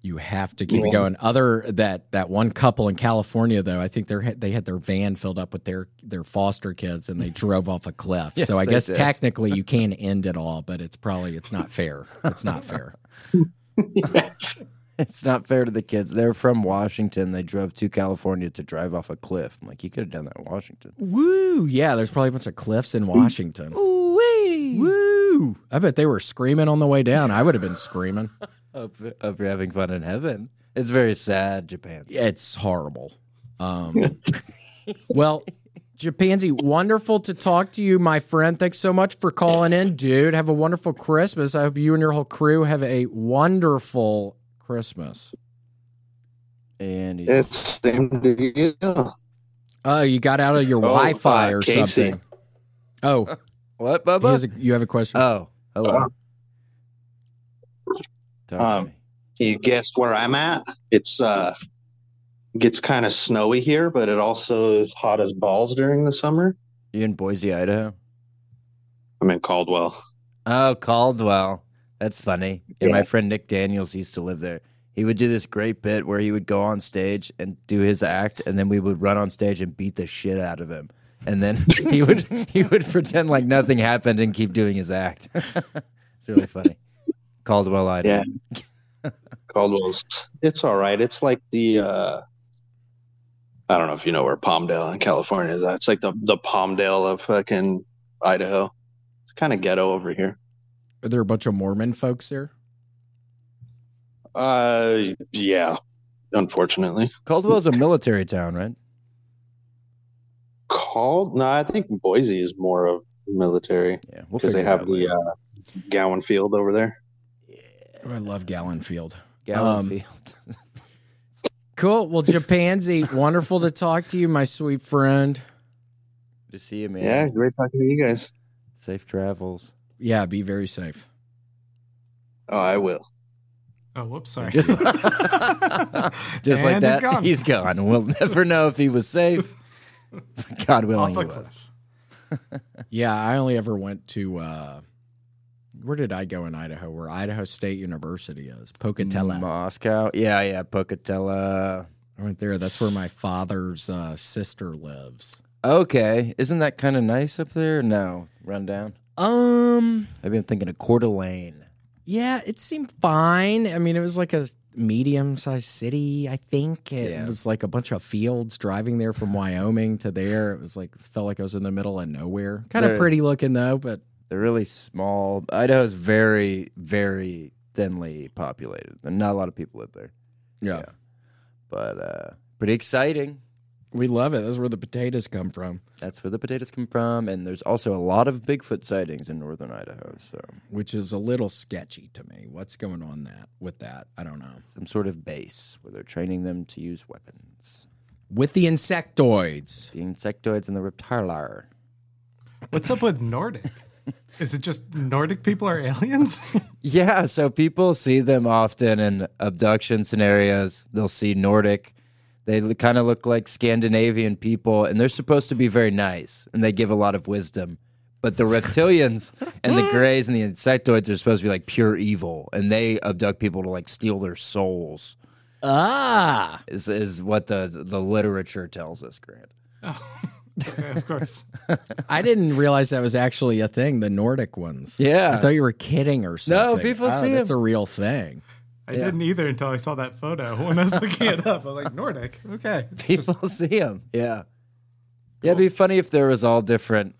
C: You have to keep
E: Yeah.
C: it going. Other that that one couple in California though, I think they are they had their van filled up with their their foster kids and they drove off a [laughs] cliff.
B: Yes,
C: so I
B: they
C: guess
B: did.
C: technically you can end it all, but it's probably it's not fair. It's not fair.
B: It's not fair to the kids. They're from Washington. They drove to California to drive off a cliff. I'm like, you could have done that in Washington.
C: [laughs] Woo! Yeah, there's probably a bunch of cliffs in Washington. Woo! I bet they were screaming on the way down. I would have been screaming.
B: Hope, hope you're having fun in heaven. It's very sad, Japan.
C: It's horrible. Um, well, Japanzi, wonderful to talk to you, my friend. Thanks so much for calling in, dude. Have a wonderful Christmas. I hope you and your whole crew have a wonderful Christmas.
B: And he's,
F: It's same to you.
C: Oh, you got out of your
F: Oh,
C: Wi-Fi
F: uh,
C: or
F: Casey. Uh,
C: something. Oh,
B: what,
C: he has
B: Bubba?
C: a, you have a question?
B: oh, hello. Talk to
F: Um,
B: me.
F: You guessed where I'm at. It's uh gets kind of snowy here, but it also is hot as balls during the summer.
B: you in Boise, Idaho?
F: I'm in Caldwell.
B: Oh, Caldwell. That's funny. Yeah,
F: Yeah.
B: my friend Nick Daniels used to live there. He would do this great bit where he would go on stage and do his act, and then we would run on stage and beat the shit out of him. And then [laughs] he would he would pretend like nothing happened and keep doing his act. [laughs] it's really funny. Caldwell Idaho.
F: Caldwell's it's all right. It's like the uh I don't know if you know where Palmdale in California is. at. It's like the the Palmdale of fucking Idaho. It's kind of ghetto over here.
C: Are there a bunch of Mormon folks there?
F: Uh yeah, unfortunately.
B: Caldwell's a military town, right?
F: Called? No, I think Boise is more of military
B: Yeah, we'll
F: because
B: figure
F: they
B: it
F: have
B: out
F: the
B: later.
F: uh, Gowan Field over there.
C: Oh, I love Gallon Field.
B: Gallon
C: um,
B: Field. [laughs]
C: Cool. Well, Japanzi, wonderful to talk to you, my sweet friend.
B: to see you, man.
F: Yeah, great talking to you guys.
B: Safe travels.
C: Yeah, be very safe.
F: Oh, I will.
D: Oh, whoops,
C: [laughs]
D: sorry. [laughs]
B: Just, just like
D: And
B: that,
D: he's
B: [laughs]
D: gone.
B: he's gone. We'll never know if he was
D: [laughs]
B: safe. God willing,
D: off
B: he
D: a
B: was.
D: cliff.
C: Yeah, I only ever went to uh where did I go in Idaho? Where Idaho State University is, Pocatello.
B: Moscow. Yeah, yeah, Pocatello.
C: I went there. That's where my father's uh, sister lives.
B: Okay, isn't that kind of nice up there? No, rundown.
C: Um,
B: I've been thinking of Coeur d'Alene.
C: yeah, it seemed fine. I mean, it was like a medium-sized city. I think it
B: Yeah.
C: was like a bunch of fields driving there [laughs] from Wyoming to there. It was like felt like I was in the middle of nowhere. Kind
B: There-
C: of pretty looking though, but
B: They're really small. Idaho's very, very thinly populated. And Not a lot of people live there,
C: yeah,
B: but uh, pretty exciting.
C: we love it. That's where the potatoes come from,
B: That's where the potatoes come from. And there's also a lot of Bigfoot sightings in northern Idaho. So
C: which is a little sketchy to me. What's going on that with that? I don't know.
B: some sort of base where they're training them to use weapons.
C: with the insectoids.
B: The insectoids and the reptilar.
D: What's up with Nordic? Is it just Nordic people are aliens? [laughs]
B: Yeah, so people see them often in abduction scenarios. They'll see Nordic. They kind of look like Scandinavian people, and they're supposed to be very nice, and they give a lot of wisdom. But the reptilians and the greys and the insectoids are supposed to be like pure evil, and they abduct people to like steal their souls.
C: Ah,
B: Is is what the the literature tells us, Grant.
D: okay, of course.
C: I didn't realize that was actually a thing. The Nordic ones.
B: Yeah.
C: I thought you were kidding or something.
B: people
C: Oh,
B: see
C: that's
B: them.
C: a real thing.
D: I didn't either until I saw that photo when I was looking it up. I was like, Nordic? Okay.
B: people see them. Yeah. Yeah, it'd be funny if there was all different,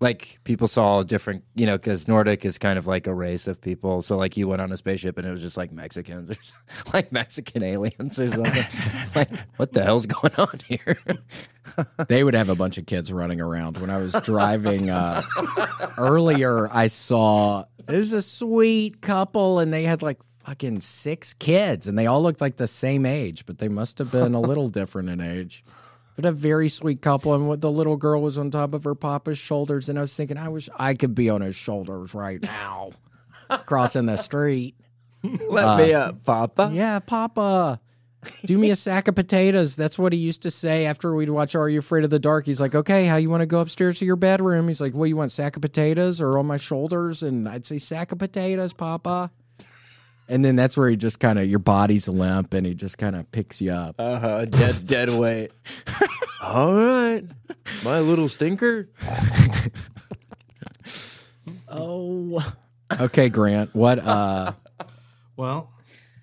B: like people saw all different, you know, because Nordic is kind of like a race of people. So like you went on a spaceship and it was just like Mexicans or something, [laughs] like Mexican aliens or [laughs] something. like what the hell's going on here?
C: They would have a bunch of kids running around. When I was driving uh, earlier, I saw it was a sweet couple, and they had like fucking six kids, and they all looked like the same age, but they must have been a little different in age. But a very sweet couple, and what the little girl was on top of her papa's shoulders, and I was thinking, I wish I could be on his shoulders right now, crossing the street.
B: Let me up, Uh, Papa.
C: Yeah, Papa. Do [laughs] me a sack of potatoes. That's what he used to say after we'd watch Are You Afraid of the Dark? He's like, okay, how you want to go upstairs to your bedroom? He's like, well, you want sack of potatoes or on my shoulders? And I'd say, sack of potatoes, Papa. And then that's where he just kind of your body's limp and he just kind of picks you up.
B: Uh huh. Dead, dead weight. [laughs] All right, my little stinker.
C: Oh. Okay, Grant. What uh
D: Well,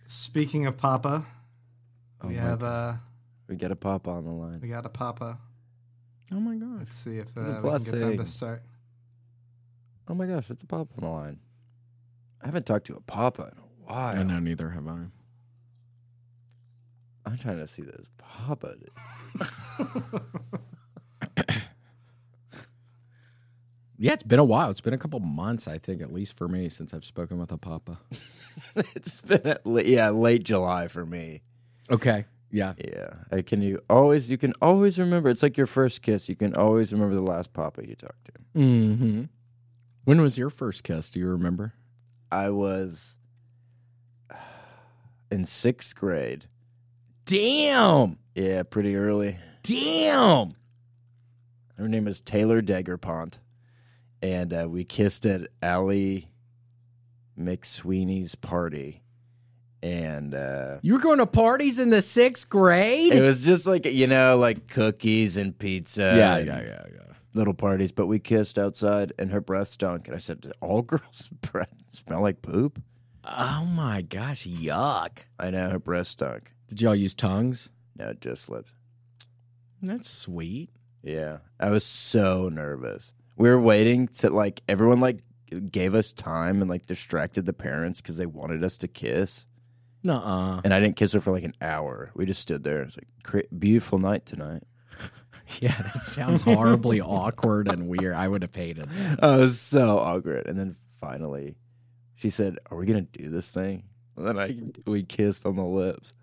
D: speaking of Papa, we have uh
B: Oh We got a pop on the line.
D: we got a Papa.
C: [laughs] Oh my gosh.
D: Let's see if
B: What a
D: uh, we can get them
B: blessing.
D: to start.
B: Oh my gosh, it's a pop on the line. I haven't talked to a papa in a while.
C: I know neither have I.
B: I'm trying to see this papa.
C: Yeah, it's been a while. It's been a couple months, I think, at least for me, since I've spoken with a papa.
B: [laughs] it's been at la- yeah late July for me.
C: Okay. Yeah.
B: Yeah, I can you always you can always remember. It's like your first kiss. You can always remember the last papa you talked to.
C: Mm-hmm. When was your first kiss? Do you remember?
B: I was [sighs] in sixth grade.
C: Damn.
B: Yeah, pretty early.
C: Damn.
B: Her name is Taylor Daggerpont, and uh, we kissed at Allie McSweeney's party, and. Uh,
C: You were going to parties in the sixth grade?
B: it was just like you know, like cookies and pizza.
C: yeah,
B: and
C: yeah, yeah, yeah.
B: Little parties, but we kissed outside, and her breath stunk. And I said, "Did all [laughs] girls' breath smell like poop?"
C: Oh my gosh, yuck.
B: I know her breath stunk.
C: Did y'all use tongues?
B: No, just lips.
C: That's sweet.
B: Yeah, I was so nervous. We were waiting to like everyone like gave us time and like distracted the parents because they wanted us to kiss,
C: Nuh-uh. [laughs]
B: and I didn't kiss her for like an hour. We just stood there. It's like "Cra- beautiful night tonight.
C: Yeah, that sounds horribly awkward and weird. I would have hated that.
B: I was so awkward. And then finally, she said, "Are we gonna do this thing?" And then I we kissed on the lips.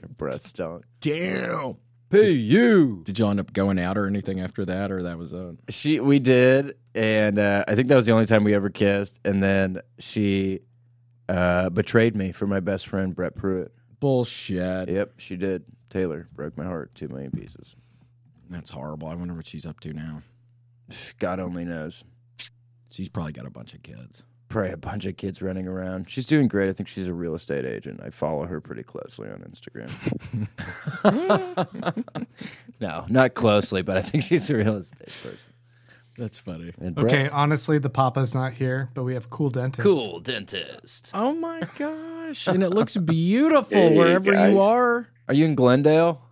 B: Her breath stunk.
C: Damn.
B: P you.
C: Did y'all end up going out or anything after that, or that was it?
B: She we did, and uh, I think that was the only time we ever kissed. And then she uh, betrayed me for my best friend Brett Pruitt.
C: Bullshit.
B: Yep, she did. Taylor broke my heart two million pieces.
C: That's horrible. I wonder what she's up to now.
B: God only knows.
C: She's probably got a bunch of kids.
B: Probably a bunch of kids running around. She's doing great. I think she's a real estate agent. I follow her pretty closely on
C: [laughs]
B: Instagram. no, not closely, but I think she's a real estate person.
C: That's funny.
B: And Brett-
D: Okay, honestly, the Papa's not here, but we have cool dentist.
B: cool dentist.
C: Oh my gosh. And it looks beautiful
F: Hey,
C: wherever
F: guys.
C: you are.
B: Are you in Glendale?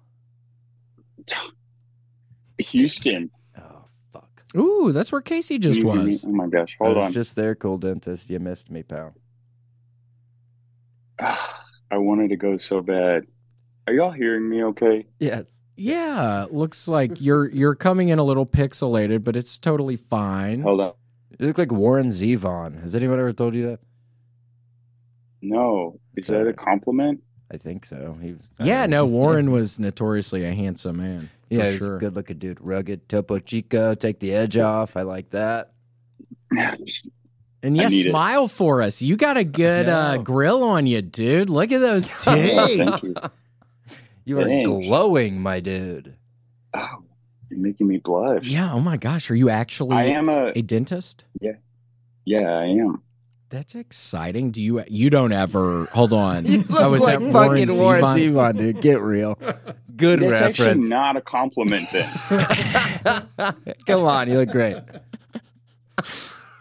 G: Houston.
B: Oh fuck.
C: Ooh, that's where Casey just
G: Can you hear me?
C: was.
G: Oh my gosh.
B: I
G: Hold
B: was
G: on.
B: Just there, cool dentist. You missed me, pal.
G: [sighs] I wanted to go so bad. Are y'all hearing me okay?
B: Yes.
C: Yeah, looks like you're you're coming in a little pixelated, but it's totally fine.
G: Hold on.
B: You look like Warren Zevon. Has anyone ever told you that?
G: No. Is that a compliment? [sighs]
B: I think so. He was, I
C: Yeah,
B: don't
G: [laughs]
B: know.
C: no, Warren was notoriously a handsome man. For
B: [laughs] yeah, he's
C: sure.
B: a good looking dude. Rugged, Topo Chico, take the edge off. I like that.
G: Oh,
C: And
G: I
C: yes,
G: need it.
C: smile for us. You got a good uh,
B: know.
C: grill on you, dude. Look at those teeth.
G: Thank you.
B: You are
G: Thanks.
B: glowing, my dude.
G: Oh, you're making me blush.
C: yeah. Oh my gosh, are you actually
G: I am a.
C: a dentist?
G: Yeah, I am.
C: That's exciting. Do you? You don't ever hold
B: [laughs] [laughs]
C: on.
B: You look
C: oh, is
B: like
C: that Warren
B: fucking Warren
C: Zevon?
B: Zevon, dude. Get real. Good
G: That's actually
B: reference.
G: not a compliment then.
B: [laughs] Come on, you look great.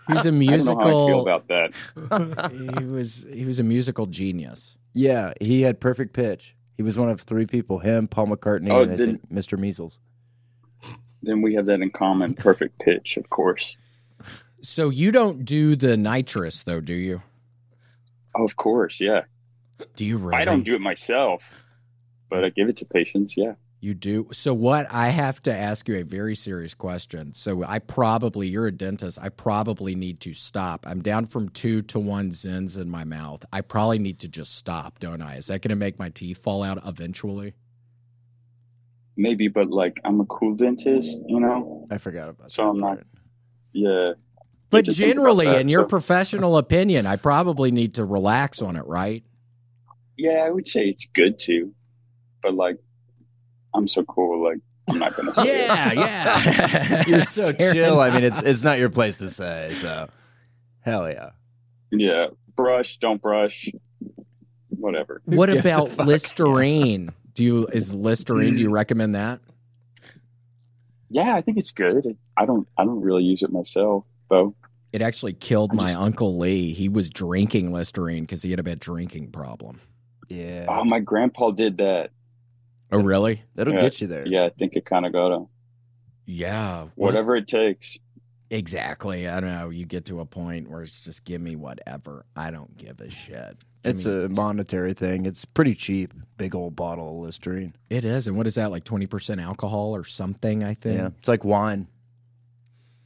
C: He's a
G: I don't know how I feel
C: musical.
G: about that.
C: [laughs] He was he was a musical genius.
B: Yeah, he had perfect pitch. He was one of three people: him, Paul McCartney,
G: Oh,
B: and I
G: didn't-
B: think Mr. Measles.
G: Then we have that in common. Perfect pitch, of course.
C: So you don't do the nitrous though, do you?
G: Oh, of course, yeah.
C: Do you really?
G: I don't do it myself, but I give it to patients, yeah.
C: You do. So what? I have to ask you a very serious question. So I probably you're a dentist. I probably need to stop. I'm down from two to one zins in my mouth. I probably need to just stop, don't I? Is that going to make my teeth fall out eventually?
G: Maybe, but like I'm a cool dentist, you know?
B: I forgot about
G: So
B: that.
G: I'm not-
B: part.
G: Yeah.
C: But
G: just think about
C: generally,
G: that,
C: in your
G: so-
C: professional opinion, I probably need to relax on it, right?
G: Yeah, I would say it's good too, but like, I'm so cool. Like, I'm not gonna say.
C: [laughs]
G: it.
C: Yeah, yeah.
B: You're [laughs] so
C: [laughs] Fair
B: chill. I mean,
C: enough.
B: it's it's not your place to say. So, hell yeah.
G: yeah. Brush, don't brush. whatever. [laughs]
C: What
B: gives a
C: about
B: fuck?
C: Listerine? Do you is Listerine? Do you recommend that?
G: Yeah, I think it's good. It, I don't. I don't really use it myself though.
C: It actually killed my uncle Lee. He was drinking Listerine because he had a bad drinking problem.
B: Yeah.
G: Oh, my grandpa did that.
C: Oh, really?
B: That'll
G: yeah.
B: get you there.
G: Yeah, I think it kind of got him.
C: Yeah. what is-
G: Whatever it takes.
C: Exactly. I don't know. You get to a point where it's just give me whatever. I don't give a shit. Give
B: It's
C: me-
B: a monetary thing. It's pretty cheap. Big old bottle of Listerine.
C: It is. And what is that? Like 20% alcohol or something, I think.
B: Yeah. It's like wine.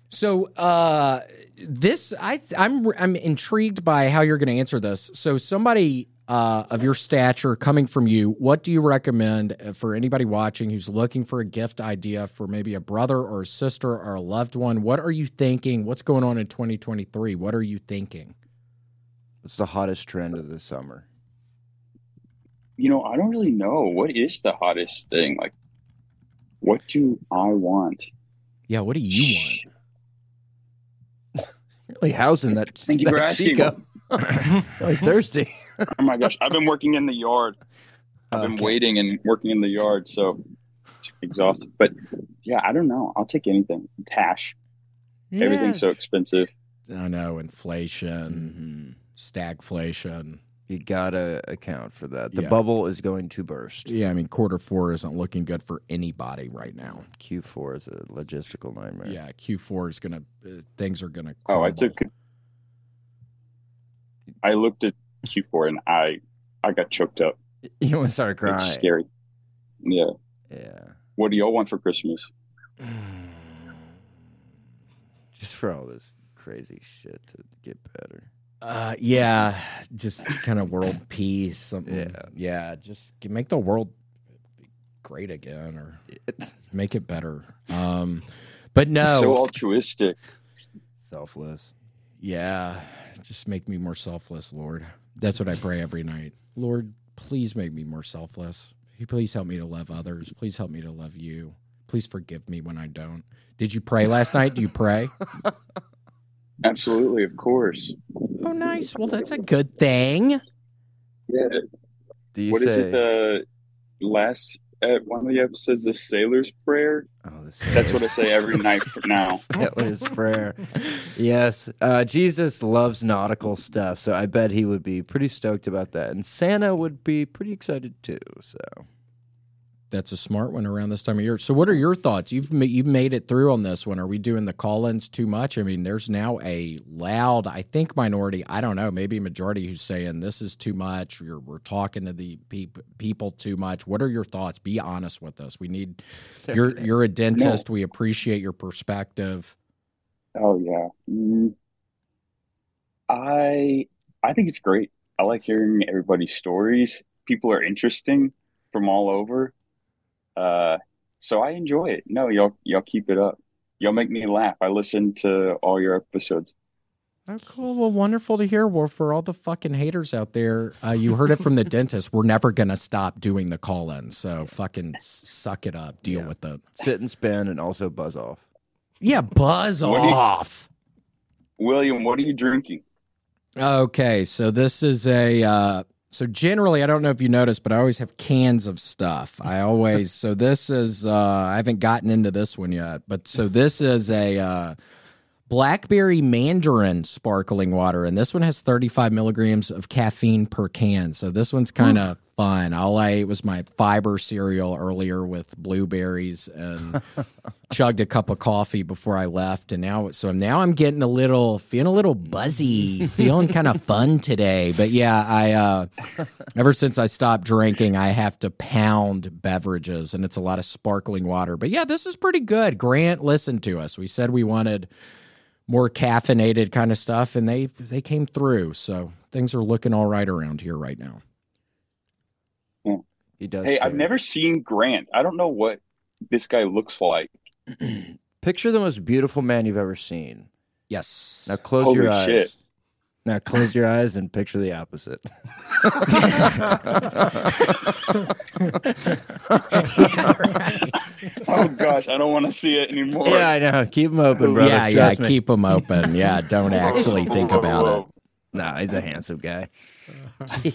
C: So uh this I I'm I'm intrigued by how you're going to answer this. So somebody uh, of your stature coming from you, what do you recommend uh, for anybody watching who's looking for a gift idea for maybe a brother or a sister or a loved one? What are you thinking? What's going on in 2023? What are you thinking?
B: It's the hottest trend of the summer.
G: you know, I don't really know what is the hottest thing. Like, what do I want?
C: Yeah, what do you want?
B: Really housing that.
G: Thank you for
B: that
C: [laughs]
G: asking.
B: Chico. really thirsty.
G: Oh my gosh, I've been working in the yard. I've been
B: Okay.
G: waiting and working in the yard, so it's exhausted. But yeah, I don't know. I'll take anything. Cash. Everything's so expensive.
C: I know inflation,
B: Mhm.
C: Mm-hmm. stagflation.
B: You gotta account for that. The
C: Yeah.
B: bubble is going to burst.
C: Yeah, I mean quarter four isn't looking good for anybody right now.
B: Q4 is a logistical nightmare.
C: Yeah, Q four is gonna uh, things are gonna.
G: Oh, I
C: crumble.
G: took. I looked at Q4 and I, I got choked up.
B: [laughs] You want to start crying.
G: It's scary. Yeah.
B: Yeah.
G: What do y'all want for Christmas?
B: Just for all this crazy shit to get better.
C: Uh, yeah, just kind of world [laughs] peace. Something. Yeah,
B: Yeah.
C: just g- make the world great again, or
B: It's
C: make it better. Um, but no,
G: So altruistic.
B: selfless.
C: yeah, just make me more selfless, Lord. That's what I pray every night. Lord, please make me more selfless. Please help me to love others. Please help me to love you. Please forgive me when I don't. Did you pray last night? Do you pray?
G: Absolutely, of course.
C: [laughs] Oh, nice. Well, that's a good thing.
G: Yeah.
B: Do you
G: What
B: say?
G: is it? The last uh, one of the episodes, the sailor's prayer.
B: oh, this
G: That's what I say every night from
B: [laughs]
G: now.
B: Sailor's prayer. Yes. Uh, Jesus loves nautical stuff, so I bet he would be pretty stoked about that. And Santa would be pretty excited too. So
C: That's a smart one around this time of year. So, what are your thoughts? You've ma- you've made it through on this one. Are we doing the call-ins too much? I mean, there's now a loud, I think, minority. I don't know, maybe majority who's saying this is too much. You're, we're talking to the peop- people too much. What are your thoughts? Be honest with us. We need you're you're a dentist. We appreciate your perspective.
G: Oh yeah. Mm. I I think it's great. I like hearing everybody's stories. People are interesting from all over. Uh, so I enjoy it. No, y'all y'all keep it up. Y'all make me laugh. I listen to all your episodes.
C: Oh, cool. Well, wonderful to hear. Well, for all the fucking haters out there, uh, you heard it from the [laughs] dentist. We're never gonna stop doing the call-ins. So, fucking s- suck it up. Deal
B: Yeah.
C: with it.
B: sit and spin and also buzz off.
C: Yeah, buzz
G: What do you-
C: off.
G: William, what are you drinking?
C: okay, so this is a. Uh, so generally, I don't know if you noticed, but I always have cans of stuff. I always. so this is. Uh, I haven't gotten into this one yet, but so this is a. Uh, Blackberry Mandarin sparkling water, and this one has 35 milligrams of caffeine per can. So this one's kind of fun. All I ate was my fiber cereal earlier with blueberries and chugged a cup of coffee before I left, and now so now I'm getting a little feeling a little buzzy, feeling kind of fun today. But yeah, I uh, ever since I stopped drinking, I have to pound beverages, and it's a lot of sparkling water. But yeah, this is pretty good. Grant listened to us. We said we wanted more caffeinated kind of stuff, and they they came through. So things are looking all right around here right now.
B: He does.
G: Hey, I've
B: care.
G: never seen Grant. I don't know what this guy looks like.
B: Picture the most beautiful man you've ever seen.
C: Yes.
B: Now close
G: Holy
B: your eyes.
G: shit.
B: Now close your eyes and picture the
G: [laughs]
B: opposite.
G: Oh gosh, I don't want to see it anymore.
B: yeah, I know. Keep them open, brother.
C: yeah, yeah.
B: Trust me. [laughs]
C: Keep them open. Yeah, don't actually think about it.
B: Nah, he's a handsome guy.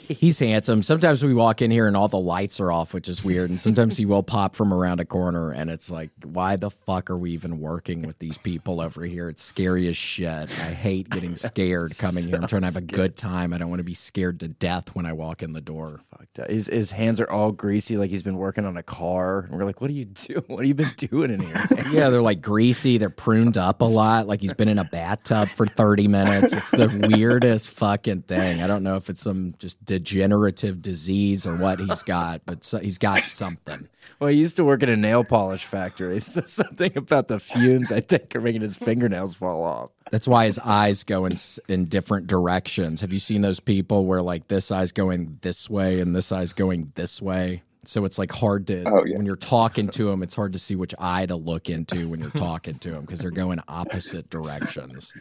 C: He's handsome. Sometimes we walk in here and all the lights are off, which is weird. And sometimes he will pop from around a corner, and it's like, why the fuck are we even working with these people over here? It's scary as shit. I hate getting scared [laughs] coming here. I'm trying to have a good time. I don't want to be scared to death when I walk in the door.
B: Fucked up. His his hands are all greasy, like he's been working on a car. And we're like, "What are you doing? [laughs] What have you been doing in here?"
C: Yeah, they're like greasy. They're pruned up a lot. Like he's been in a bathtub for 30 minutes. It's the weirdest fucking thing. I don't know if it's some just degenerative disease or what he's got, but so, he's got something.
B: well, he used to work at a nail polish factory, [laughs] so something about the fumes, I think, are making his fingernails fall off.
C: That's why his eyes go in, s- in different directions. Have you seen those people where like this eye's going this way and this eye's going this way? So it's like hard to
G: Oh, yeah.
C: when you're talking to them, it's hard to see which eye to look into when you're talking to them because they're going opposite directions.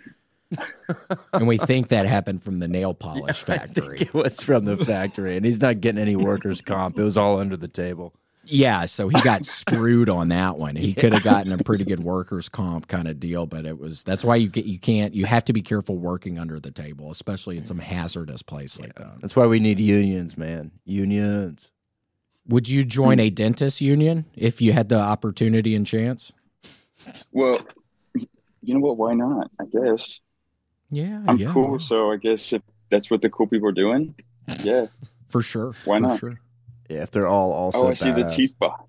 C: and we think that happened from the nail polish factory.
B: It was from the factory, and he's not getting any workers' comp. It was all under the table.
C: Yeah, so he [laughs] got screwed on that one. He could have gotten a pretty good workers comp kind of deal, but it was that's why you get you can't you have to be careful working under the table, especially in some hazardous place like that.
B: That's why we need unions, man. Unions.
C: Would you join a dentist union if you had the opportunity and chance?
G: Well, you know what? Why not? I guess
C: Yeah,
G: I'm
C: yeah,
G: cool, so I guess if that's what the cool people are doing, yeah.
C: for sure.
G: Why
C: for
G: not?
C: Sure.
B: Yeah, if they're all also.
G: oh, I see the
B: badass.
G: teeth, beh-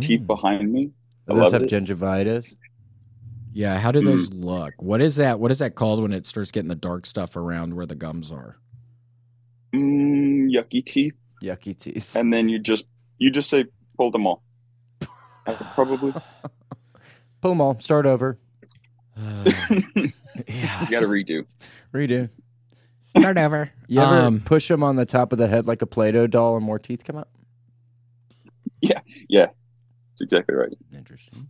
G: teeth
C: Mm.
G: behind me. I
B: Others
G: love
B: have
G: it.
B: gingivitis.
C: Yeah, how do
G: Mm.
C: those look? What is that? What is that called when it starts getting the dark stuff around where the gums are?
G: Mm, yucky teeth,
B: Yucky teeth.
G: and then you just you just say pull them all. I could
C: [laughs]
G: probably
B: Pull 'em all. Start over.
C: Uh,
G: you got to redo.
B: Redo.
C: [laughs] Start over.
B: You ever
C: Um,
B: push them on the top of the head like a Play-Doh doll, and more teeth come out?
G: That's exactly right.
B: Interesting.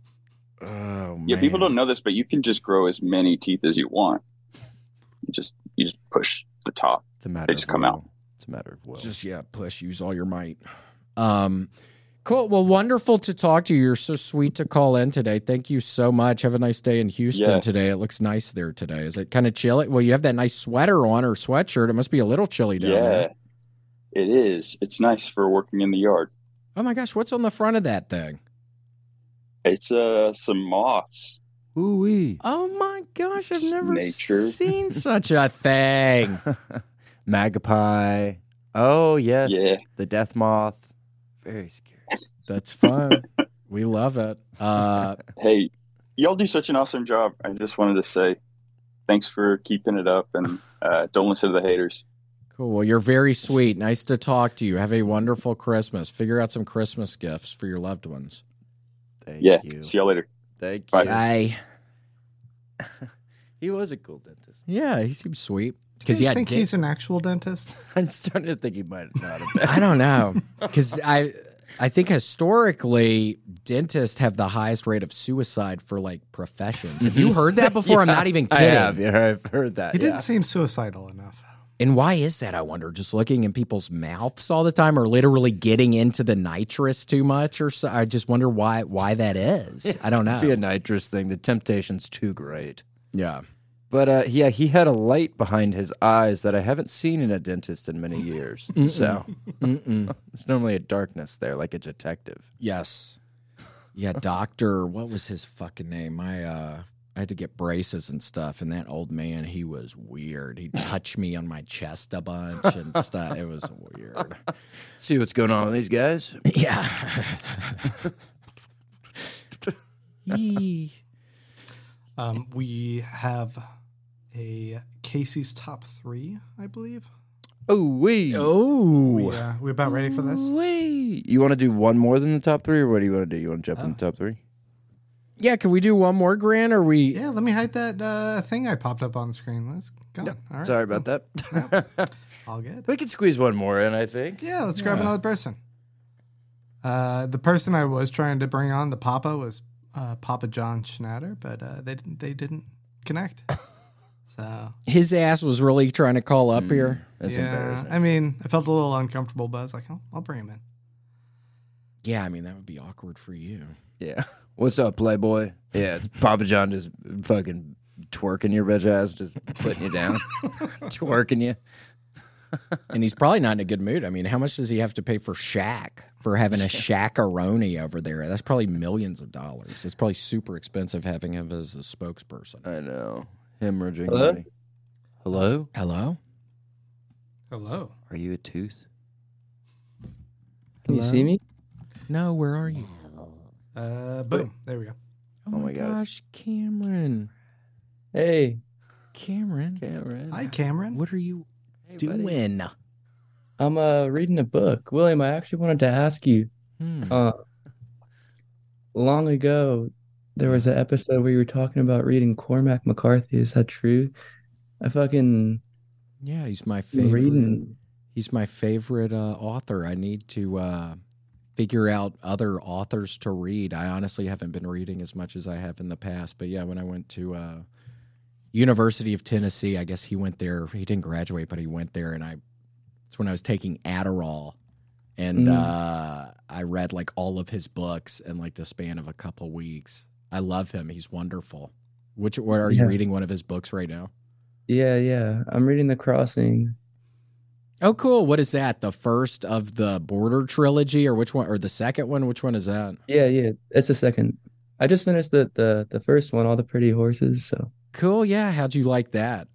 B: Oh man.
G: Uh, Yeah, people don't know this, but you can just grow as many teeth as you want. You just you just push the top.
B: It's a matter.
G: They just
B: of
G: come
B: will.
G: out.
B: It's a matter of will.
C: just yeah push use all your might um cool well wonderful to talk to you you're so sweet to call in today thank you so much have a nice day in houston
G: Yeah.
C: today it looks nice there today is it kind of chilly well you have that nice sweater on or sweatshirt it must be a little chilly down
G: Yeah,
C: there
G: it is. It's nice for working in the yard.
C: oh my gosh what's on the front of that thing
G: It's uh some moths.
B: Ooh wee.
C: oh my gosh i've
G: Just
C: never
G: nature. [laughs]
C: seen such a thing
B: [laughs] Magpie. Oh yes.
G: Yeah.
B: The death moth. Very scary.
C: that's fun we love it uh
G: Hey, y'all do such an awesome job. I just wanted to say thanks for keeping it up and uh, don't listen to the haters.
C: Cool. Well, you're very sweet. Nice to talk to you. Have a wonderful Christmas. Figure out some Christmas gifts for your loved ones.
B: Thank
G: yeah.
B: you.
G: See y'all later.
B: Thank
G: Bye.
B: you.
C: I
B: [laughs] He was a cool dentist. [laughs]
C: yeah, he seems sweet.
D: Do
C: Because
D: you
C: yeah,
D: guys think
C: Dan-
D: he's an actual dentist?
B: I'm starting to think he might not have
C: [laughs]
B: been.
C: I don't know because I I think historically dentists have the highest rate of suicide for like professions. Have you heard that before? I'm not even
B: I
C: kidding.
B: have. [laughs] Yeah, I've heard that.
D: He
B: yeah.
D: didn't seem suicidal enough.
C: And why is that? I wonder. Just looking in people's mouths all the time, or literally getting into the nitrous too much, or so. I just wonder why why that is. I don't know.
B: be a nitrous thing. The temptation's too great.
C: Yeah.
B: But uh, yeah, he had a light behind his eyes that I haven't seen in a dentist in many years. So [laughs] there's normally a darkness there, like a detective.
C: Yes. Yeah, doctor, what was his fucking name? My uh I had to get braces and stuff, and that old man, he was weird. He touched me on my chest a bunch and stuff. It was weird.
B: See what's going on with these guys.
C: [laughs] Yeah. Yee.
D: Um, we have a Casey's top three, I believe.
B: Oh wee,
C: oh.
D: Yeah, we about ready for this.
B: wee. You want to do one more than the top three, or what do you want to do? You want to jump
D: Uh,
B: in the top three?
C: Yeah, can we do one more grand or we
D: Yeah, let me hide that uh, thing I popped up on the screen. Let's go. All right,
B: Sorry about that.
D: all
B: [laughs]
D: good.
B: we could squeeze one more in, I think.
D: Yeah, let's grab another person. Uh, the person I was trying to bring on, the Papa, was uh, Papa John Schnatter, but uh, they didn't. They didn't [laughs] connect. So
C: his ass was really trying to call up here?
B: Mm. That's
D: yeah,
B: embarrassing.
D: I mean, I felt a little uncomfortable, but I was like, oh, I'll bring him in.
C: Yeah, I mean that would be awkward for you.
B: Yeah. What's up, Playboy? Yeah, it's Papa John just fucking twerking your bitch ass, just putting you
D: [laughs]
B: down, twerking you.
C: And he's probably not in a good mood. I mean, how much does he have to pay for Shaq for having a Shaqaroni over there? That's probably millions of dollars. It's probably super expensive having him as a spokesperson.
B: I know. Hemorrhaging.
H: Hello?
B: money. Hello?
C: Hello?
D: Hello.
B: Are you a tooth?
C: Can you see
I: me?
C: No, where are you?
D: Uh, boom. There we go.
C: Oh,
B: my
C: my
B: God.
C: gosh, Cameron.
I: Hey,
C: Cameron,
B: Cameron.
D: Hi, Cameron.
C: what are you
B: buddy.
C: doing?
I: I'm uh, reading a book. William, I actually wanted to ask you.
C: Hmm.
I: Uh, long ago, there was an episode where you were talking about reading Cormac McCarthy. Is that true? I fucking
C: Yeah, he's my
I: been
C: favorite.
I: reading.
C: He's my favorite uh, author. I need to uh, figure out other authors to read. I honestly haven't been reading as much as I have in the past. But yeah, when I went to uh, University of Tennessee, I guess he went there. He didn't graduate, but he went there, and I. It's when I was taking Adderall, and
I: Mm.
C: uh, I read like all of his books in like the span of a couple weeks. I love him. He's wonderful. Which what, are you
I: Yeah.
C: reading one of his books right now?
I: Yeah, yeah. I'm reading The Crossing.
C: Oh, cool. What is that? The first of the border trilogy, or which one, or the second one? Which one is that?
I: Yeah, yeah. It's the second. I just finished the the the first one, All the Pretty Horses. So
C: Cool. Yeah. How'd you like
I: [laughs]
C: that?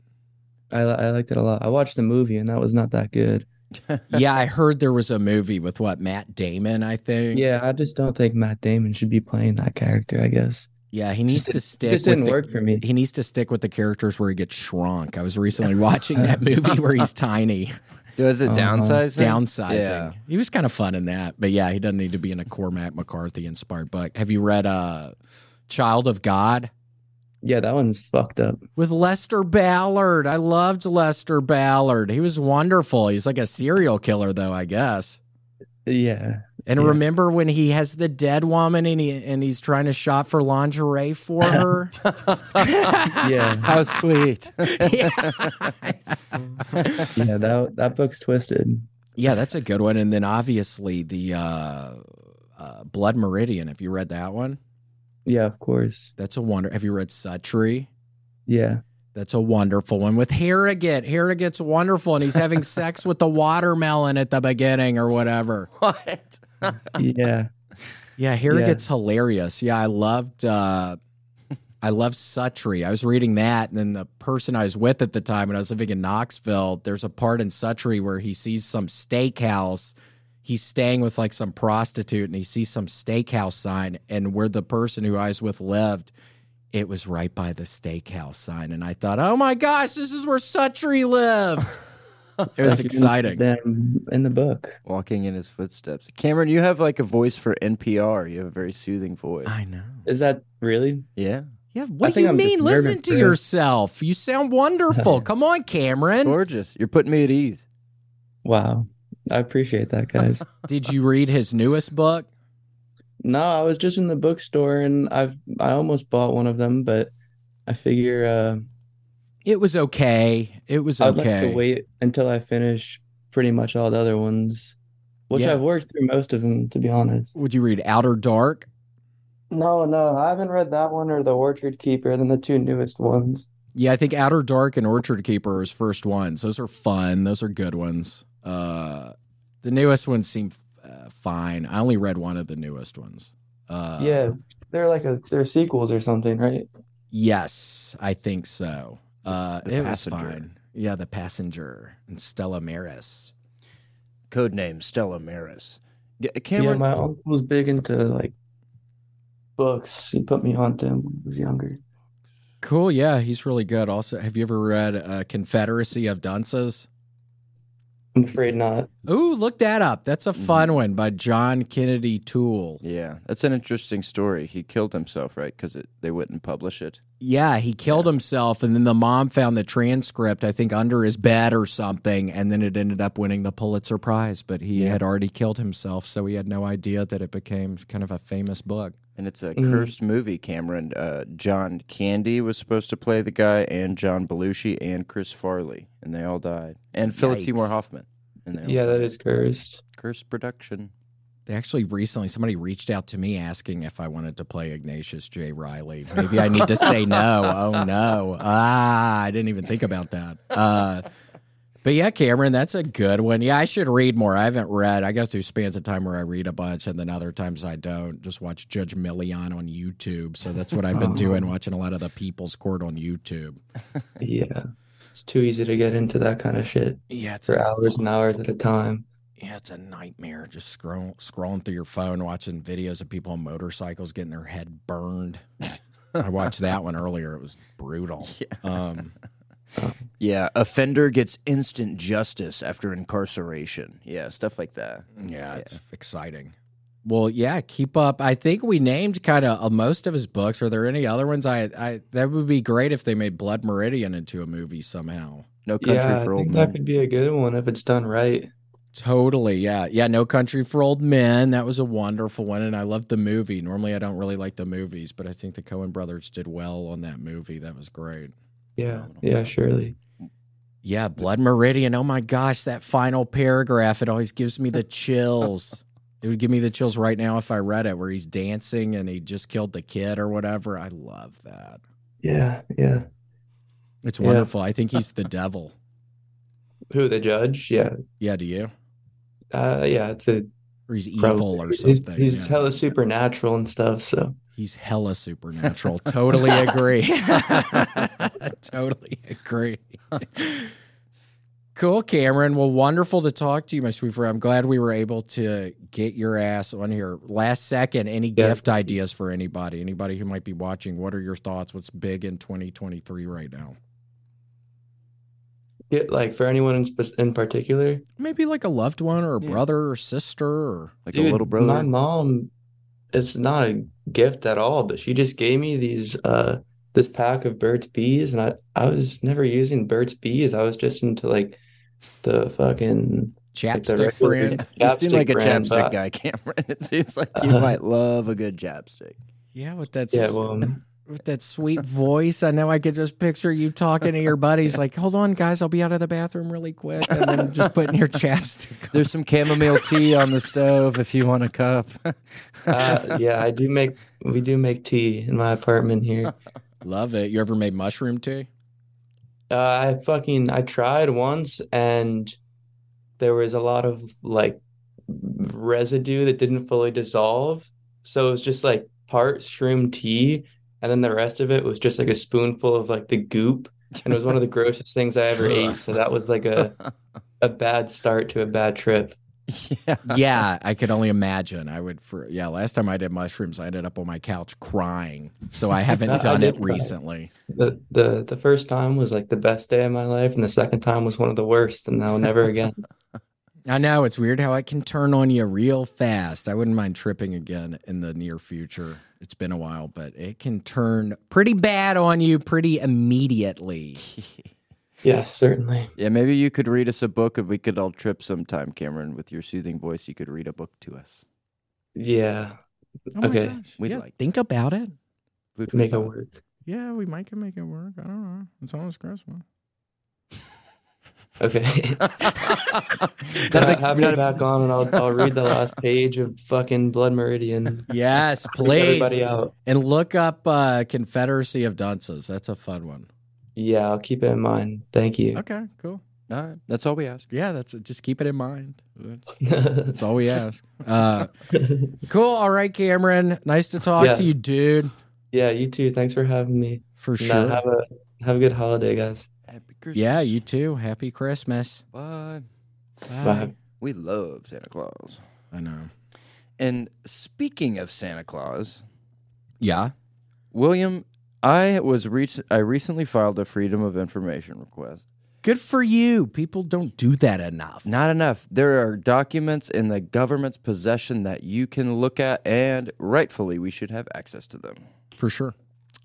I: I li- I liked it a lot. I watched the movie, and that was not that good.
C: yeah. I heard there was a movie with what, Matt Damon, I think.
I: Yeah, I just don't think Matt Damon should be playing that character. I guess
C: Yeah. He needs to
I: it
C: stick
I: just
C: with
I: didn't
C: the,
I: work
C: [laughs]
I: for me.
C: he needs to stick with the characters where he gets shrunk. I was recently watching that movie where
I: [laughs]
C: he's tiny,
B: Does it
I: Uh-huh.
B: downsize? him? [laughs]
C: downsizing.
B: Yeah.
C: He was kind of fun in that, but yeah, he doesn't need to be in a Cormac McCarthy inspired book. Have you read uh, Child of God?
I: Yeah, that one's fucked up.
C: with Lester Ballard. I loved Lester Ballard. He was wonderful. He's like a serial killer, though, I guess. [laughs]
I: Yeah,
C: And
I: Yeah.
C: remember when he has the dead woman and he and he's trying to shop for lingerie for her? [laughs]
I: yeah,
B: How sweet.
I: yeah. That that book's twisted.
C: yeah, that's a good one. And then obviously the uh, uh, Blood Meridian. Have you read that one?
I: Yeah, of course.
C: That's a wonder. Have you read Sutri? [laughs]
I: Yeah.
C: That's a wonderful one with Harrogate. Harrogate's wonderful, and he's having sex with the watermelon at the beginning or whatever.
B: [laughs] what?
I: yeah,
C: Yeah, here it
I: Yeah.
C: gets hilarious. Yeah, I loved uh I loved Sutri. I was reading that and then the person I was with at the time when I was living in Knoxville, there's a part in Sutri where he sees some steakhouse. He's staying with like some prostitute and he sees some steakhouse sign and where the person who I was with lived it was right by the steakhouse sign and I thought, "Oh my gosh, this is where Sutri lived." It was exciting.
I: Them in the book.
B: Walking in his footsteps. Cameron, you have like a voice for NPR. You have a very soothing voice.
C: I know.
I: Is that really?
B: Yeah.
C: Yeah, what do
I: think
C: you
I: I'm just
C: mean?
I: nervous
C: Listen to
I: for-
C: yourself. You sound wonderful.
I: [laughs]
C: Come on,
B: It's
C: Cameron.
B: gorgeous. You're putting me at ease.
I: Wow, I appreciate
C: [laughs]
I: that, guys.
C: Did you read his newest book?
I: no, I was just in the bookstore and I've I almost bought one of them, but I figure uh,
C: It was okay. It was
I: I'd
C: okay.
I: like to wait until I finish pretty much all the other ones, which
C: Yeah.
I: I've worked through most of them to be honest.
C: Would you read Outer Dark?
I: No, no, I haven't read that one or The Orchard Keeper, and then the two newest ones.
C: Yeah, I think Outer Dark and Orchard Keeper are his first ones. Those are fun. Those are good ones. Uh, the newest ones seem uh, fine. I only read one of the newest ones. Uh,
I: yeah, they're like a they're sequels or something, right?
C: Yes, I think so. Uh,
B: The
C: it was
B: Passenger.
C: fine. Yeah, The Passenger and Stella Maris.
B: Codename Stella Maris. G- uh,
I: Yeah,
B: Cameron,
I: my uncle was big into like books. He put me on them when I was younger.
C: Cool. Yeah, he's really good. Also, have you ever read uh, Confederacy of Dunces?
I: I'm afraid not.
C: Ooh, look that up. That's a fun one by John Kennedy Toole.
B: Yeah, that's an interesting story. He killed himself, right? Because they wouldn't publish it.
C: Yeah, he killed himself, and then the mom found the transcript, I think, under his bed or something, and then it ended up winning the Pulitzer Prize. But he
B: Yeah.
C: had already killed himself, so he had no idea that it became kind of a famous book.
B: And it's a
I: Mhm.
B: cursed movie, Cameron. Uh, John Candy was supposed to play the guy, and John Belushi, and Chris Farley, and they all died. And Philip Seymour
C: Yikes.
B: Hoffman. And they all
I: Yeah,
B: died.
I: that is cursed.
B: cursed production.
C: They actually recently somebody reached out to me asking if I wanted to play Ignatius J. Riley. Maybe I need to say no. Oh no. Ah, I didn't even think about that. Uh but yeah, Cameron, that's a good one. Yeah, I should read more. I haven't read. I go through spans of time where I read a bunch and then other times I don't. Just watch Judge Million on YouTube. So that's what I've been
I: [laughs] Oh.
C: doing, watching a lot of the People's Court on YouTube.
I: Yeah. It's too easy to get into that kind of shit
C: Yeah, it's
I: for
C: a
I: hours and hours at a time.
C: yeah, it's a nightmare. Just scroll, scrolling through your phone, watching videos of people on motorcycles getting their head burned. I watched that one earlier. It was brutal. Um,
B: Yeah, offender gets instant justice after incarceration. Yeah, stuff like that.
C: yeah, it's exciting. Well, yeah, keep up. I think we named kind of uh, most of his books. Are there any other ones? I, I that would be great if they made Blood Meridian into a movie somehow.
B: No country
I: yeah,
B: for
I: I
B: old
I: think
B: men.
I: that could be a good one if it's done right.
C: Totally, yeah, yeah. No Country for Old Men. That was a wonderful one, and I loved the movie. Normally, I don't really like the movies, but I think the Cohen brothers did well on that movie. That was great.
I: Yeah,
C: Phenomenal.
I: yeah, surely.
C: Yeah, Blood Meridian. Oh my gosh, that final paragraph, it always gives me
I: [laughs]
C: the chills. it would give me the chills right now if I read it, where he's dancing and he just killed the kid or whatever. I love that.
I: Yeah, yeah.
C: It's
I: Yeah.
C: wonderful. I think he's the devil.
I: Who the judge? Yeah,
C: Yeah, do you?
I: uh, yeah. It's a
C: Or he's evil
I: probably-
C: or
I: he's-
C: something.
I: He's,
C: yeah.
I: hella supernatural and stuff. So
C: He's hella supernatural. totally agree. [laughs] totally agree. cool, Cameron. Well, wonderful to talk to you, my sweet friend. I'm glad we were able to get your ass on here. Last second, any
I: Yeah.
C: gift ideas for anybody? Anybody who might be watching, what are your thoughts? What's big in 2023 right now?
I: yeah, like for anyone in, spe- in particular,
C: Maybe like a loved one or a
B: Yeah.
C: brother or sister or
B: like
I: Dude,
B: a little brother. [laughs]
I: My mom, it's not a gift at all, but she just gave me these uh this pack of Burt's Bees, and I I was never using Burt's Bees. I was just into like the fucking like the
C: chapstick
I: regular
C: brand.
B: you seem
I: chapstick
B: like a
I: brand,
B: chapstick
I: but I-
B: guy, [laughs] Cameron. It seems like you
I: [laughs] Uh-huh.
B: might love a good chapstick.
C: Yeah, with that
I: Yeah,
B: [laughs]
I: well, um,
C: with that sweet voice. I know I could just picture you talking to your buddies, like, "Hold on, guys, I'll be out of the bathroom really quick," and then just putting your chapstick.
B: There's some chamomile tea on the stove if you want a cup. [laughs]
I: uh, yeah, I do make we do make tea in my apartment here.
C: On. Love it. You ever made mushroom tea?
I: Uh, I fucking I tried once, and there was a lot of like residue that didn't fully dissolve. So it was just like part shroom tea, and then the rest of it was just like a spoonful of like the goop, and it was one of the grossest things I ever ate. So that was like a a bad start to a bad trip.
B: yeah.
C: Yeah, I could only imagine. I would for yeah. Last time I did mushrooms, I ended up on my couch crying. So [laughs] I
I: I
C: haven't done
I: did
C: it
I: cry.
C: recently.
I: The the the first time was like the best day of my life, and the second time was one of the worst, and now never again.
C: I know it's weird how it can turn on you real fast. I wouldn't mind tripping again in the near future. It's been a while, but it can turn pretty bad on you pretty immediately.
I: Yes, certainly.
B: [laughs] Yeah, maybe you could read us a book and we could all trip sometime, Cameron. With your soothing voice, you could read a book to us.
I: Yeah,
C: Oh my
I: Okay.
C: gosh.
B: We'd
C: yeah,
B: like
C: think about it.
B: Would we
I: make it
B: not?
I: work.
C: Yeah, we might can make it work. I don't know. It's almost Christmas. [laughs]
B: [laughs]
I: Okay. [laughs]
B: That
I: Yeah,
B: makes-
I: have me back on, and I'll I'll read
B: [laughs]
I: the last page of fucking Blood Meridian.
C: [laughs] Yes,
I: Freak everybody
C: please.
I: out.
C: And look up uh, Confederacy of Dunces. That's a fun one.
I: Yeah, I'll keep it in mind. Thank you.
C: Okay, cool.
B: All right, that's all we ask.
C: Yeah, that's just keep it in mind. That's all [laughs] we ask. Uh, cool. All right, Cameron. Nice to talk
I: Yeah.
C: to you, dude.
I: [laughs] yeah, you too. Thanks for having me.
C: For
I: Nah,
C: sure.
I: have a have a good holiday, guys.
B: Happy Christmas.
C: yeah, you too. Happy Christmas.
B: Bye.
I: Bye.
B: We love Santa Claus.
C: I know.
B: And speaking of Santa Claus,
C: Yeah.
B: William, I was rec- I recently filed a Freedom of Information request.
C: Good for you. People don't do that enough.
B: Not enough. There are documents in the government's possession that you can look at, and rightfully, we should have access to them.
C: for sure.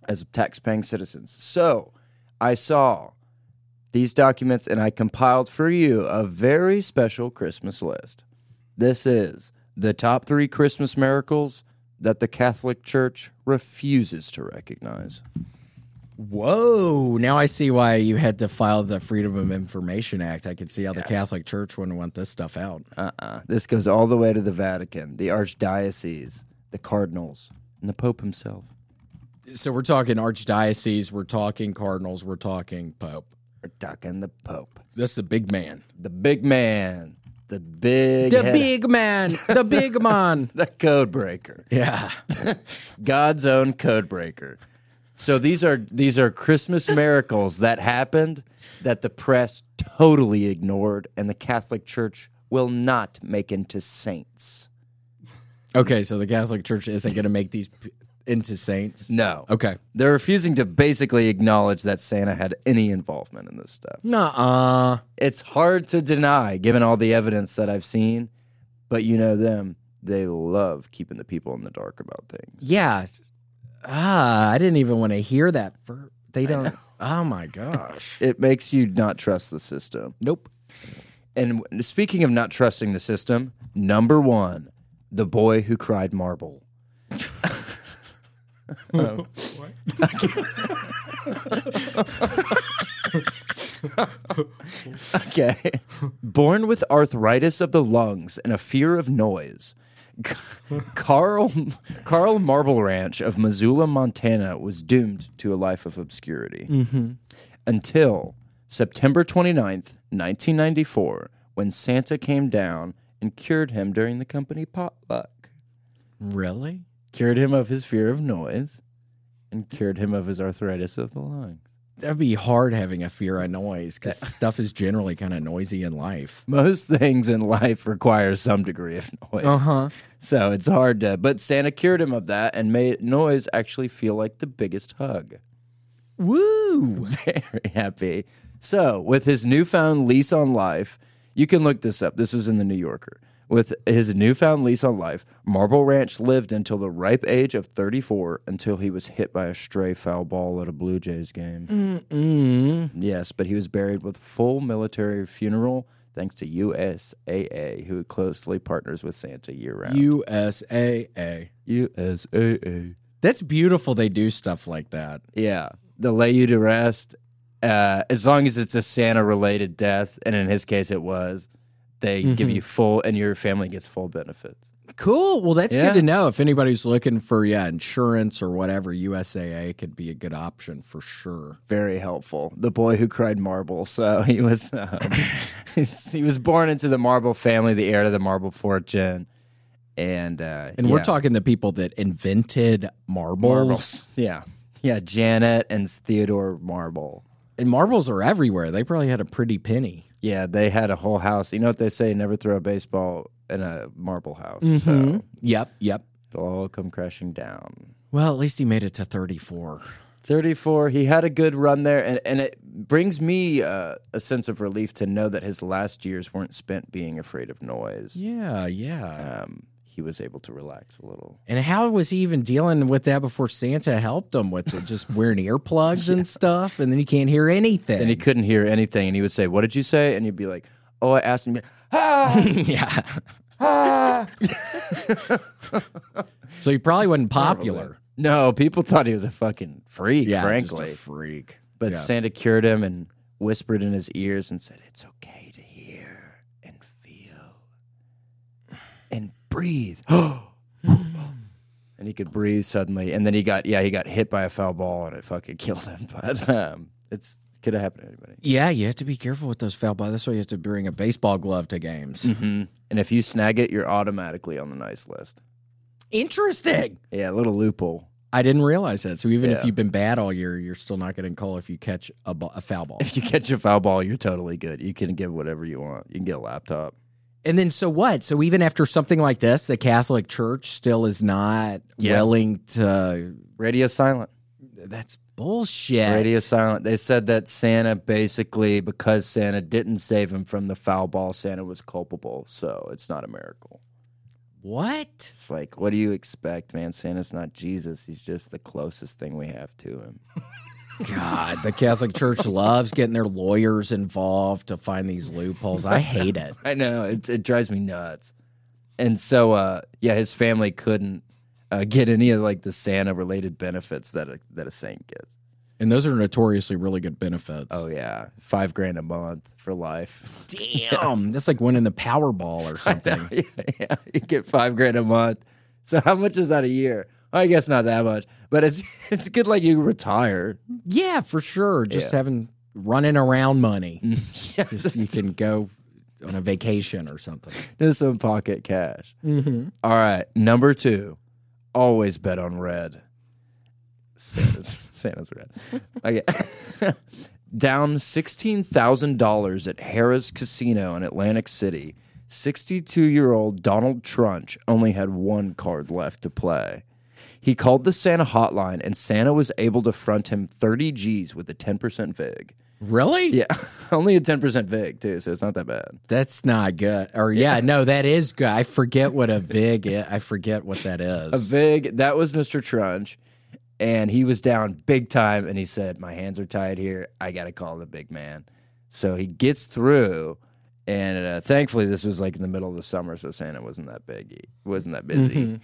B: as tax-paying citizens. So I saw these documents and I compiled for you a very special Christmas list. This is the top three Christmas miracles that the Catholic Church refuses to recognize.
C: Whoa! Now I see why you had to file the Freedom of Information Act. I could see how the Catholic Church wouldn't want this stuff out.
B: Uh-uh. This goes all the way to the Vatican, the archdiocese, the cardinals, and the Pope himself.
C: So we're talking archdiocese, we're talking cardinals, we're talking pope.
B: We're talking the Pope,
C: That's the big man.
B: the big man, the big
C: The
B: head-
C: big man. [laughs] The big
B: [laughs]
C: man.
B: the code breaker.
C: Yeah.
B: [laughs] God's own code breaker. So these are these are Christmas miracles that happened that the press totally ignored and the Catholic Church will not make into saints.
C: Okay, so the Catholic Church isn't going to make these p- into saints.
B: No.
C: Okay.
B: They're refusing to basically acknowledge that Santa had any involvement in this stuff.
C: Nuh-uh.
B: It's hard to deny given all the evidence that I've seen, but you know them, they love keeping the people in the dark about things.
C: Yeah. Ah, I didn't even want to hear that. For they don't. Oh my gosh.
B: It makes you not trust the system.
C: nope.
B: And w- speaking of not trusting the system, number one, the boy who cried
C: [laughs]
B: marble. okay. Born with arthritis of the lungs and a fear of noise, C- Carl Carl Marble Ranch of Missoula, Montana was doomed to a life of obscurity until September 29th, 1994, when Santa came down and cured him during the company potluck.
C: [laughs] Really?
B: Cured him of his fear of noise and cured him of his arthritis of the lungs.
C: That'd be hard having a fear of noise because stuff is generally kind of noisy in life.
B: [laughs] Most things in life require some degree of noise. So it's hard to, but Santa cured him of that and made noise actually feel like the biggest hug. [laughs]
C: Woo.
B: very happy. So, with his newfound lease on life, you can look this up. This was in the New Yorker. With his newfound lease on life, Marble Ranch lived until the ripe age of 34 until he was hit by a stray foul ball at a Blue Jays
C: Mm.
B: game.
C: Mm-mm.
B: Yes, but he was buried with full military funeral thanks to USAA, who closely partners with Santa year round.
C: USAA.
B: USAA.
C: That's beautiful. They do stuff like that.
B: Yeah, they'll lay you to rest uh, as long as it's a Santa related death, and in his case, it was. They
C: Mm-hmm.
B: give you full, and your family gets full benefits.
C: Cool. Well, that's
B: Yeah.
C: good to know. If anybody's looking for yeah insurance or whatever, USAA could be a good option for sure.
B: Very helpful. The boy who cried marble. [laughs] So he was, um, [laughs] he was born into the marble family, the heir to the marble fortune, and uh,
C: And we're
B: yeah.
C: talking the people that invented marbles.
B: yeah, yeah, Janet and Theodore Marble.
C: And marbles are everywhere. They probably had a pretty penny.
B: Yeah, they had a whole house. You know what they say: never throw a baseball in a marble house.
C: Mm-hmm.
B: So
C: Yep, yep.
B: it'll all come crashing down.
C: Well, at least he made it to 34.
B: 34 he had a good run there and, and it brings me uh, a sense of relief to know that his last years weren't spent being afraid of noise
C: Yeah, yeah.
B: um, he was able to relax a little
C: And how was he even dealing with that before Santa helped him with it? [laughs] Just wearing earplugs and stuff, and then you can't hear anything.
B: and he couldn't hear anything and he would say what did you say and you'd be like oh i asked him [laughs]
C: [laughs]
B: ah!
C: yeah. [laughs] so he probably wasn't popular.
B: no people thought he was a fucking freak
C: Yeah,
B: frankly
C: just a freak.
B: but
C: yeah.
B: santa cured him and whispered in his ears and said it's okay to hear and feel and breathe [gasps] and he could breathe suddenly. And then he got yeah, he got hit by a foul ball and it fucking [laughs] killed him. But um, it's could have happened to anybody.
C: Yeah, you have to be careful with those foul balls. That's why you have to bring a baseball glove to games.
B: And if you snag it, you're automatically on the nice list.
C: Interesting.
B: Yeah, a little loophole.
C: I didn't realize that. So even if
B: Yeah.
C: you've been bad all year, you're still not getting called if you catch a, ba- a foul ball. [laughs]
B: If you catch a foul ball, you're totally good. You can give whatever you want. You can get a laptop.
C: And then so what? So even after something like this, the Catholic Church still is not
B: Yeah.
C: willing to.
B: Radio silent.
C: That's bullshit.
B: Radio silent. They said that Santa basically because Santa didn't save him from the foul ball, Santa was culpable. So it's not a miracle.
C: What?
B: It's like, what do you expect, man? Santa's not Jesus. He's just the closest thing we have to him. [laughs]
C: God, the Catholic Church [laughs] loves getting their lawyers involved to find these loopholes. I hate it.
B: I know it. It drives me nuts. And so, uh, yeah, his family couldn't uh, get any of like the Santa related benefits that a, that a saint gets.
C: And those are notoriously really good benefits.
B: Oh yeah, five grand a month for life. [laughs]
C: damn. That's like winning the Powerball or something.
B: yeah, yeah, you get five grand a month. So how much is that a year? I guess not that much, but it's [laughs] it's good. Like you retire. [laughs]
C: Yeah, for sure. Just having running around money.
B: yeah,
C: Just you can go on a vacation or something.
B: just some pocket cash.
C: Mm-hmm.
B: All right, number two, always bet on red. Santa's, [laughs] Santa's red. Okay. [laughs] Down $16,000 at Harrah's Casino in Atlantic City, 62 year old Donald Trunch only had one card left to play. He called the Santa hotline, and Santa was able to front him 30 G's with a 10% VIG.
C: Really?
B: Yeah, [laughs] only a 10% VIG, too, so it's not that bad.
C: That's not good. Or yeah, no, that is good. I forget what a vig. Is. I forget what that
B: a
C: is.
B: vig that was mr trunch and he was down big time and he said my hands are tied here i gotta call the big man so he gets through and uh, thankfully this was like in the middle of the summer so santa wasn't that big wasn't that busy
C: Mhm.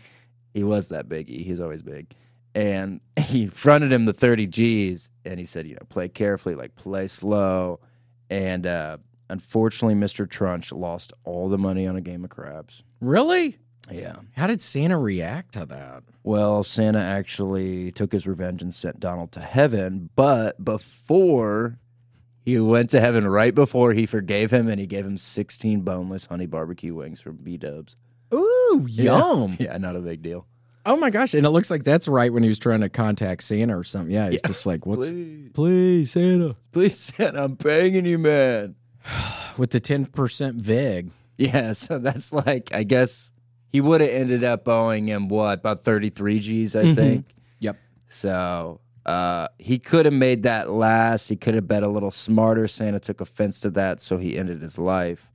B: he was that biggie he's always big and [laughs] he fronted him the 30 g's and he said you know play carefully like play slow and uh unfortunately mr trunch lost all the money on a game of crabs
C: Really?
B: yeah
C: How did Santa react to that?
B: well, Santa actually took his revenge and sent Donald to heaven, but before he went to heaven, right before he forgave him, and he gave him 16 boneless honey barbecue wings from B Dubs.
C: Ooh, yum.
B: Yeah, [laughs] not a big deal.
C: Oh my gosh. And it looks like that's right when he was trying to contact Santa or something. Yeah, he's just like, what's
B: Please,
C: please, Santa?
B: please, Santa, I'm begging you, man.
C: With the 10% VIG.
B: Yeah, [laughs] so that's like, I guess he would have ended up owing him what, about 33 G's, I think.
C: Yep.
B: So uh, he could have made that last. He could have bet a little smarter. Santa took offense to that, so he ended his life.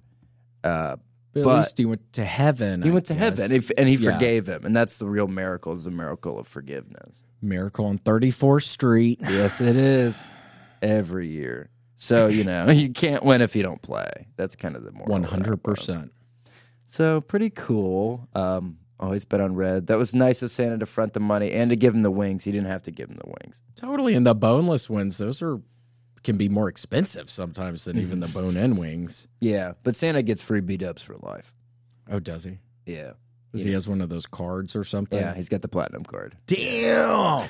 B: Uh,
C: But,
B: But-
C: at least he went to heaven.
B: he
C: I
B: went to
C: guess.
B: heaven and- and he
C: Yeah.
B: forgave him. And that's the real miracle is the miracle of forgiveness.
C: Miracle on 34th Street.
B: yes, it is. Every year. So, you know, [laughs] you can't win if you don't play. That's kind of the moral. of that one.
C: 100%.
B: So pretty cool. Um, always bet on red. That was nice of Santa to front the money and to give him the wings. He didn't have to give him the wings.
C: Totally. And the boneless ones, those are can be more expensive sometimes than [laughs] even the bone in wings.
B: Yeah, but Santa gets free beat ups for life.
C: Oh, does he?
B: Yeah,
C: Because he has one of those cards or something.
B: yeah. He's got the platinum card,
C: Damn.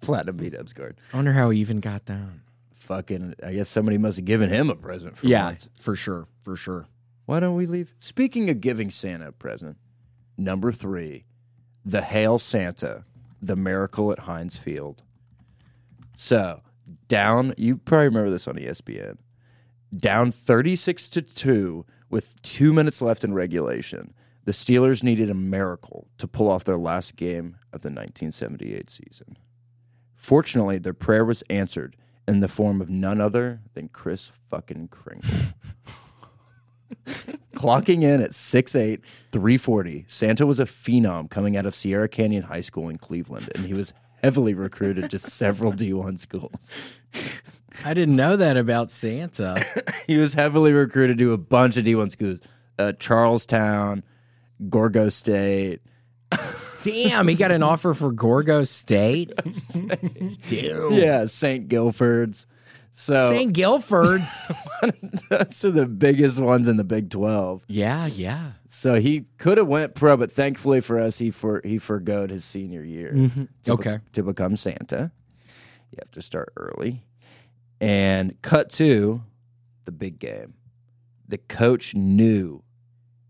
B: platinum beat ups card.
C: I wonder how he even got down.
B: Fucking, I guess somebody must have given him a present for
C: Yeah,
B: once.
C: for sure. For sure.
B: Why don't we leave? Speaking of giving Santa a present, number three, the Hail Santa, the miracle at Heinz Field. So down, you probably remember this on E ESPN. Down 36 to 2 with two minutes left in regulation, the Steelers needed a miracle to pull off their last game of the 1978 season. Fortunately, their prayer was answered in the form of none other than Chris fucking Kringle clocking in at 6'8, 340. Santa was a phenom coming out of Sierra Canyon High School in Cleveland, and he was heavily recruited to several D1 schools.
C: I didn't know that about [laughs] Santa.
B: He was heavily recruited to a bunch of D1 schools uh, Charlestown, Gorgo State.
C: Damn, he got an offer for Gorgo [laughs] State. Damn.
B: Yeah, St. Guilford's. So,
C: St. Guilford.
B: [laughs]
C: [laughs]
B: those are the biggest ones in the Big 12.
C: yeah, yeah.
B: So he could have went pro, but thankfully for us, he for he forgoed his senior year.
C: Mm-hmm.
B: to
C: Okay.
B: be- to become Santa. You have to start early. And cut to the big game. The coach knew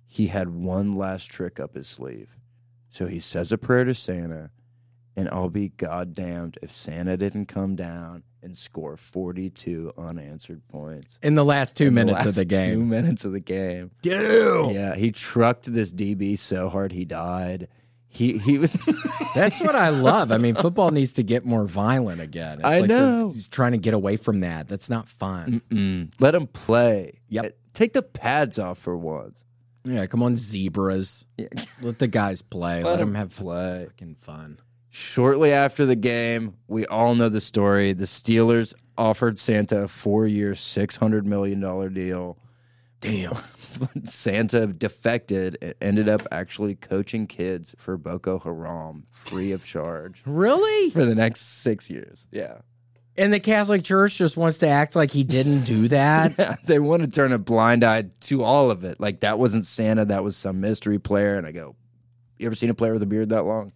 B: he had one last trick up his sleeve. So he says a prayer to Santa, and I'll be goddamned if Santa didn't come down and score 42 unanswered points.
C: In the last two
B: in
C: minutes of
B: last [laughs]
C: the
B: Two
C: game.
B: minutes of the game.
C: Dude.
B: Yeah, he trucked this DB so hard he died. He he was
C: That's what I
B: [laughs]
C: love. I mean, football needs to get more violent again. It's
B: I
C: like they're-
B: know.
C: He's trying to get away from that. That's not fun.
B: Mm-mm. Let him play.
C: Yep.
B: Take the pads off for once.
C: Mm, Yeah, come on, zebras. Let the guys play. Let, them have
B: play.
C: fucking fun.
B: [laughs] Shortly after the game, we all know the story. The Steelers offered Santa a four year, $600 million deal.
C: Damn.
B: But [laughs] Santa defected and ended up actually coaching kids for Boko Haram free of charge
C: Really?
B: for the next six years. Yeah.
C: And the Catholic Church just wants to act like he didn't do [laughs] that.
B: [laughs] Yeah, they want to turn a blind eye to all of it. Like that wasn't Santa, that was some mystery player. And I go, you ever seen a player with a beard that long?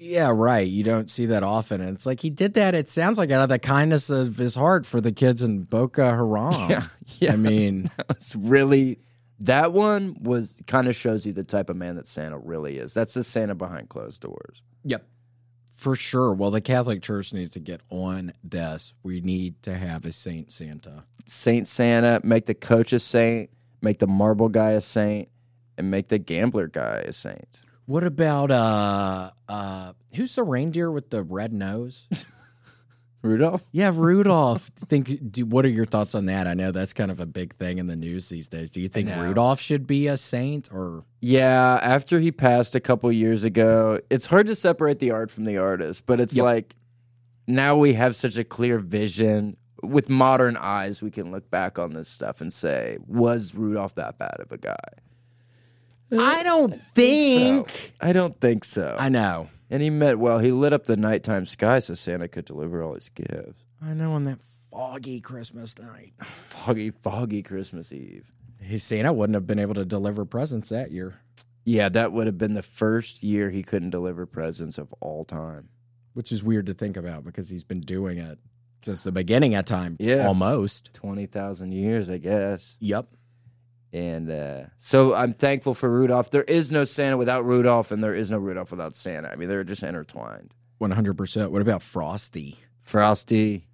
C: yeah, right. You don't see that often. And it's like he did that, it sounds like out of the kindness of his heart for the kids in Boca [laughs] Haram.
B: Yeah, [laughs] yeah.
C: I mean,
B: Um, It's really that one was kind of shows you the type of man that Santa really is. That's the Santa behind closed doors.
C: yep. For sure. Well, the Catholic Church needs to get on this. We need to have a Saint Santa.
B: Saint Santa, make the coach a saint, make the marble guy a saint, and make the gambler guy a saint.
C: What about uh uh who's the reindeer with the red nose?
B: Rudolph?
C: Yeah, [laughs] Rudolph. think. Do, what are your thoughts on that? I know that's kind of a big thing in the news these days. Do you think
B: know.
C: Rudolph should be a saint or?
B: Yeah, after he passed a couple years ago, it's hard to separate the art from the artist, but it's
C: Yep.
B: like now we have such a clear vision. With modern eyes, we can look back on this stuff and say, was Rudolph that bad of a guy?
C: Uh, I don't
B: So, I don't think so.
C: I know.
B: and he meant well, he lit up the nighttime sky so Santa could deliver all his gifts.
C: I know. On that foggy Christmas night,
B: Foggy, foggy Christmas Eve.
C: his Santa wouldn't have been able to deliver presents that year,
B: Yeah, that would have been the first year he couldn't deliver presents of all time.
C: which is weird to think about because he's been doing it since the beginning of time.
B: Yeah.
C: almost.
B: 20,000 years, I guess.
C: Yep.
B: And uh, so I'm thankful for Rudolph. There is no Santa without Rudolph, and there is no Rudolph without Santa. I mean, they're just intertwined.
C: One hundred percent. What about Frosty?
B: Frosty,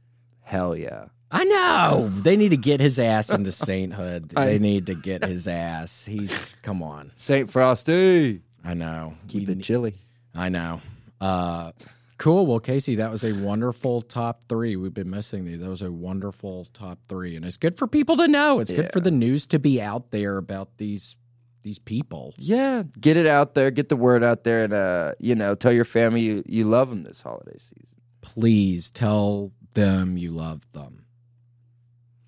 B: hell yeah.
C: I know they need to get his
B: [laughs]
C: ass into sainthood. They need to get his ass. He's come on.
B: St. Frosty.
C: I know.
B: Keep
C: We
B: it chilly.
C: I know. Uh, cool. Well, Casey, that was a wonderful top three. We've been missing these. That was a wonderful top three, and it's good for people to know. It's good for the news to be out there about these these people.
B: Yeah, get it out there, get the word out there, and uh, you know, tell your family you, you love them this holiday season.
C: Please tell them you love them.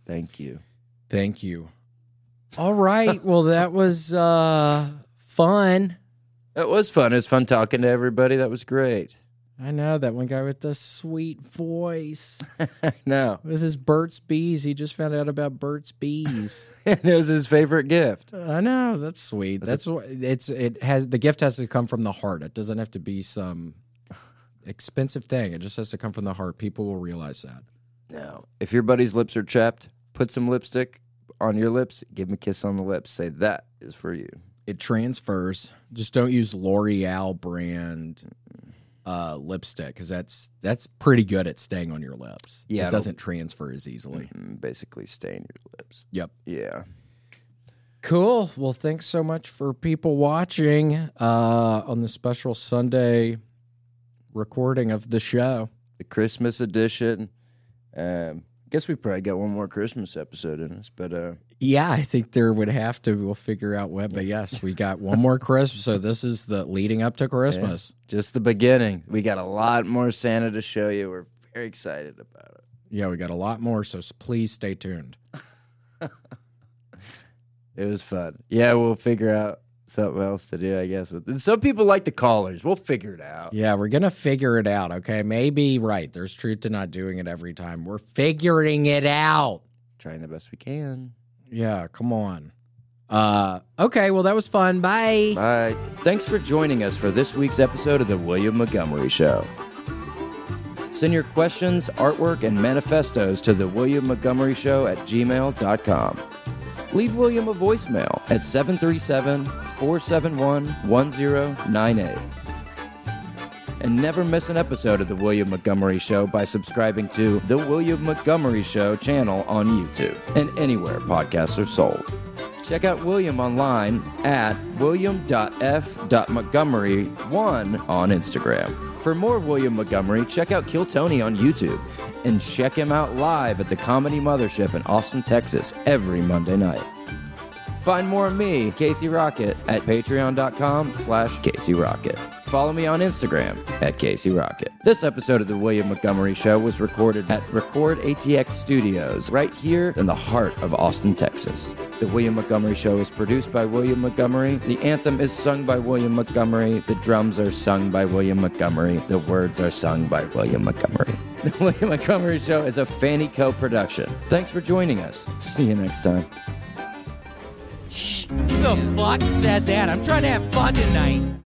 B: Thank you.
C: Thank you. All right. well, that was uh, fun.
B: That was fun. It was fun talking to everybody. That was great. [laughs]
C: I know that one guy with the sweet voice
B: [laughs] no,
C: with his Burt's Bees. He just found out about Burt's Bees.
B: [laughs] it was his favorite gift.
C: I know that's sweet. That's, what it's. It has the gift has to come from the heart. It doesn't have to be some expensive thing. It just has to come from the heart. People will realize that.
B: No, if your buddy's lips are chapped, put some lipstick on your lips. Give him a kiss on the lips. Say that is for you.
C: It transfers. Just don't use L'Oreal brand uh, lipstick because that's that's pretty good at staying on your lips.
B: Yeah,
C: it
B: it'll-
C: doesn't transfer as easily.
B: Mm, Basically, stain your lips.
C: Yep.
B: Yeah.
C: Cool. Well, thanks so much for people watching uh, on the special Sunday recording of the show.
B: The Christmas edition. Um, guess we probably got one more Christmas episode in us, but uh,
C: Yeah, I think there would have to. We'll figure out when. But yes, we got one more Christmas. So this is the leading up to Christmas.
B: just the beginning. We got a lot more Santa to show you. We're very excited about it.
C: Yeah, we got a lot more. So s- please stay tuned.
B: It was fun. Yeah, we'll figure out something else to do, I guess. With some people like the callers. We'll figure it out.
C: Yeah, we're going to figure it out. Okay. Maybe, right. There's truth to not doing it every time. We're figuring it out.
B: Trying the best we can.
C: Yeah, come on. Uh, okay. Well, that was fun. Bye.
B: Bye.
A: Thanks for joining us for this week's episode of The William Montgomery Show. Send your questions, artwork, and manifestos to The William Montgomery Show at gmail.com. Leave William a voicemail at 737 471 1098. And never miss an episode of The William Montgomery Show by subscribing to The William Montgomery Show channel on YouTube and anywhere podcasts are sold. Check out William online at william.f.montgomery1 on Instagram. For more William Montgomery, check out Kill Tony on YouTube and check him out live at the Comedy Mothership in Austin, Texas every Monday night. Find more of me, Casey Rocket, at patreon.com slash Casey Rocket. Follow me on Instagram at Casey Rocket. This episode of The William Montgomery Show was recorded at Record ATX Studios, right here in the heart of Austin, Texas. The William Montgomery Show is produced by William Montgomery. The anthem is sung by William Montgomery. [laughs] The drums are sung by William Montgomery. The words are sung by William Montgomery.
B: The William Montgomery Show is a Fanny Co production. Thanks for joining us. See you next time.
J: Who the fuck said that? I'm trying to have fun tonight.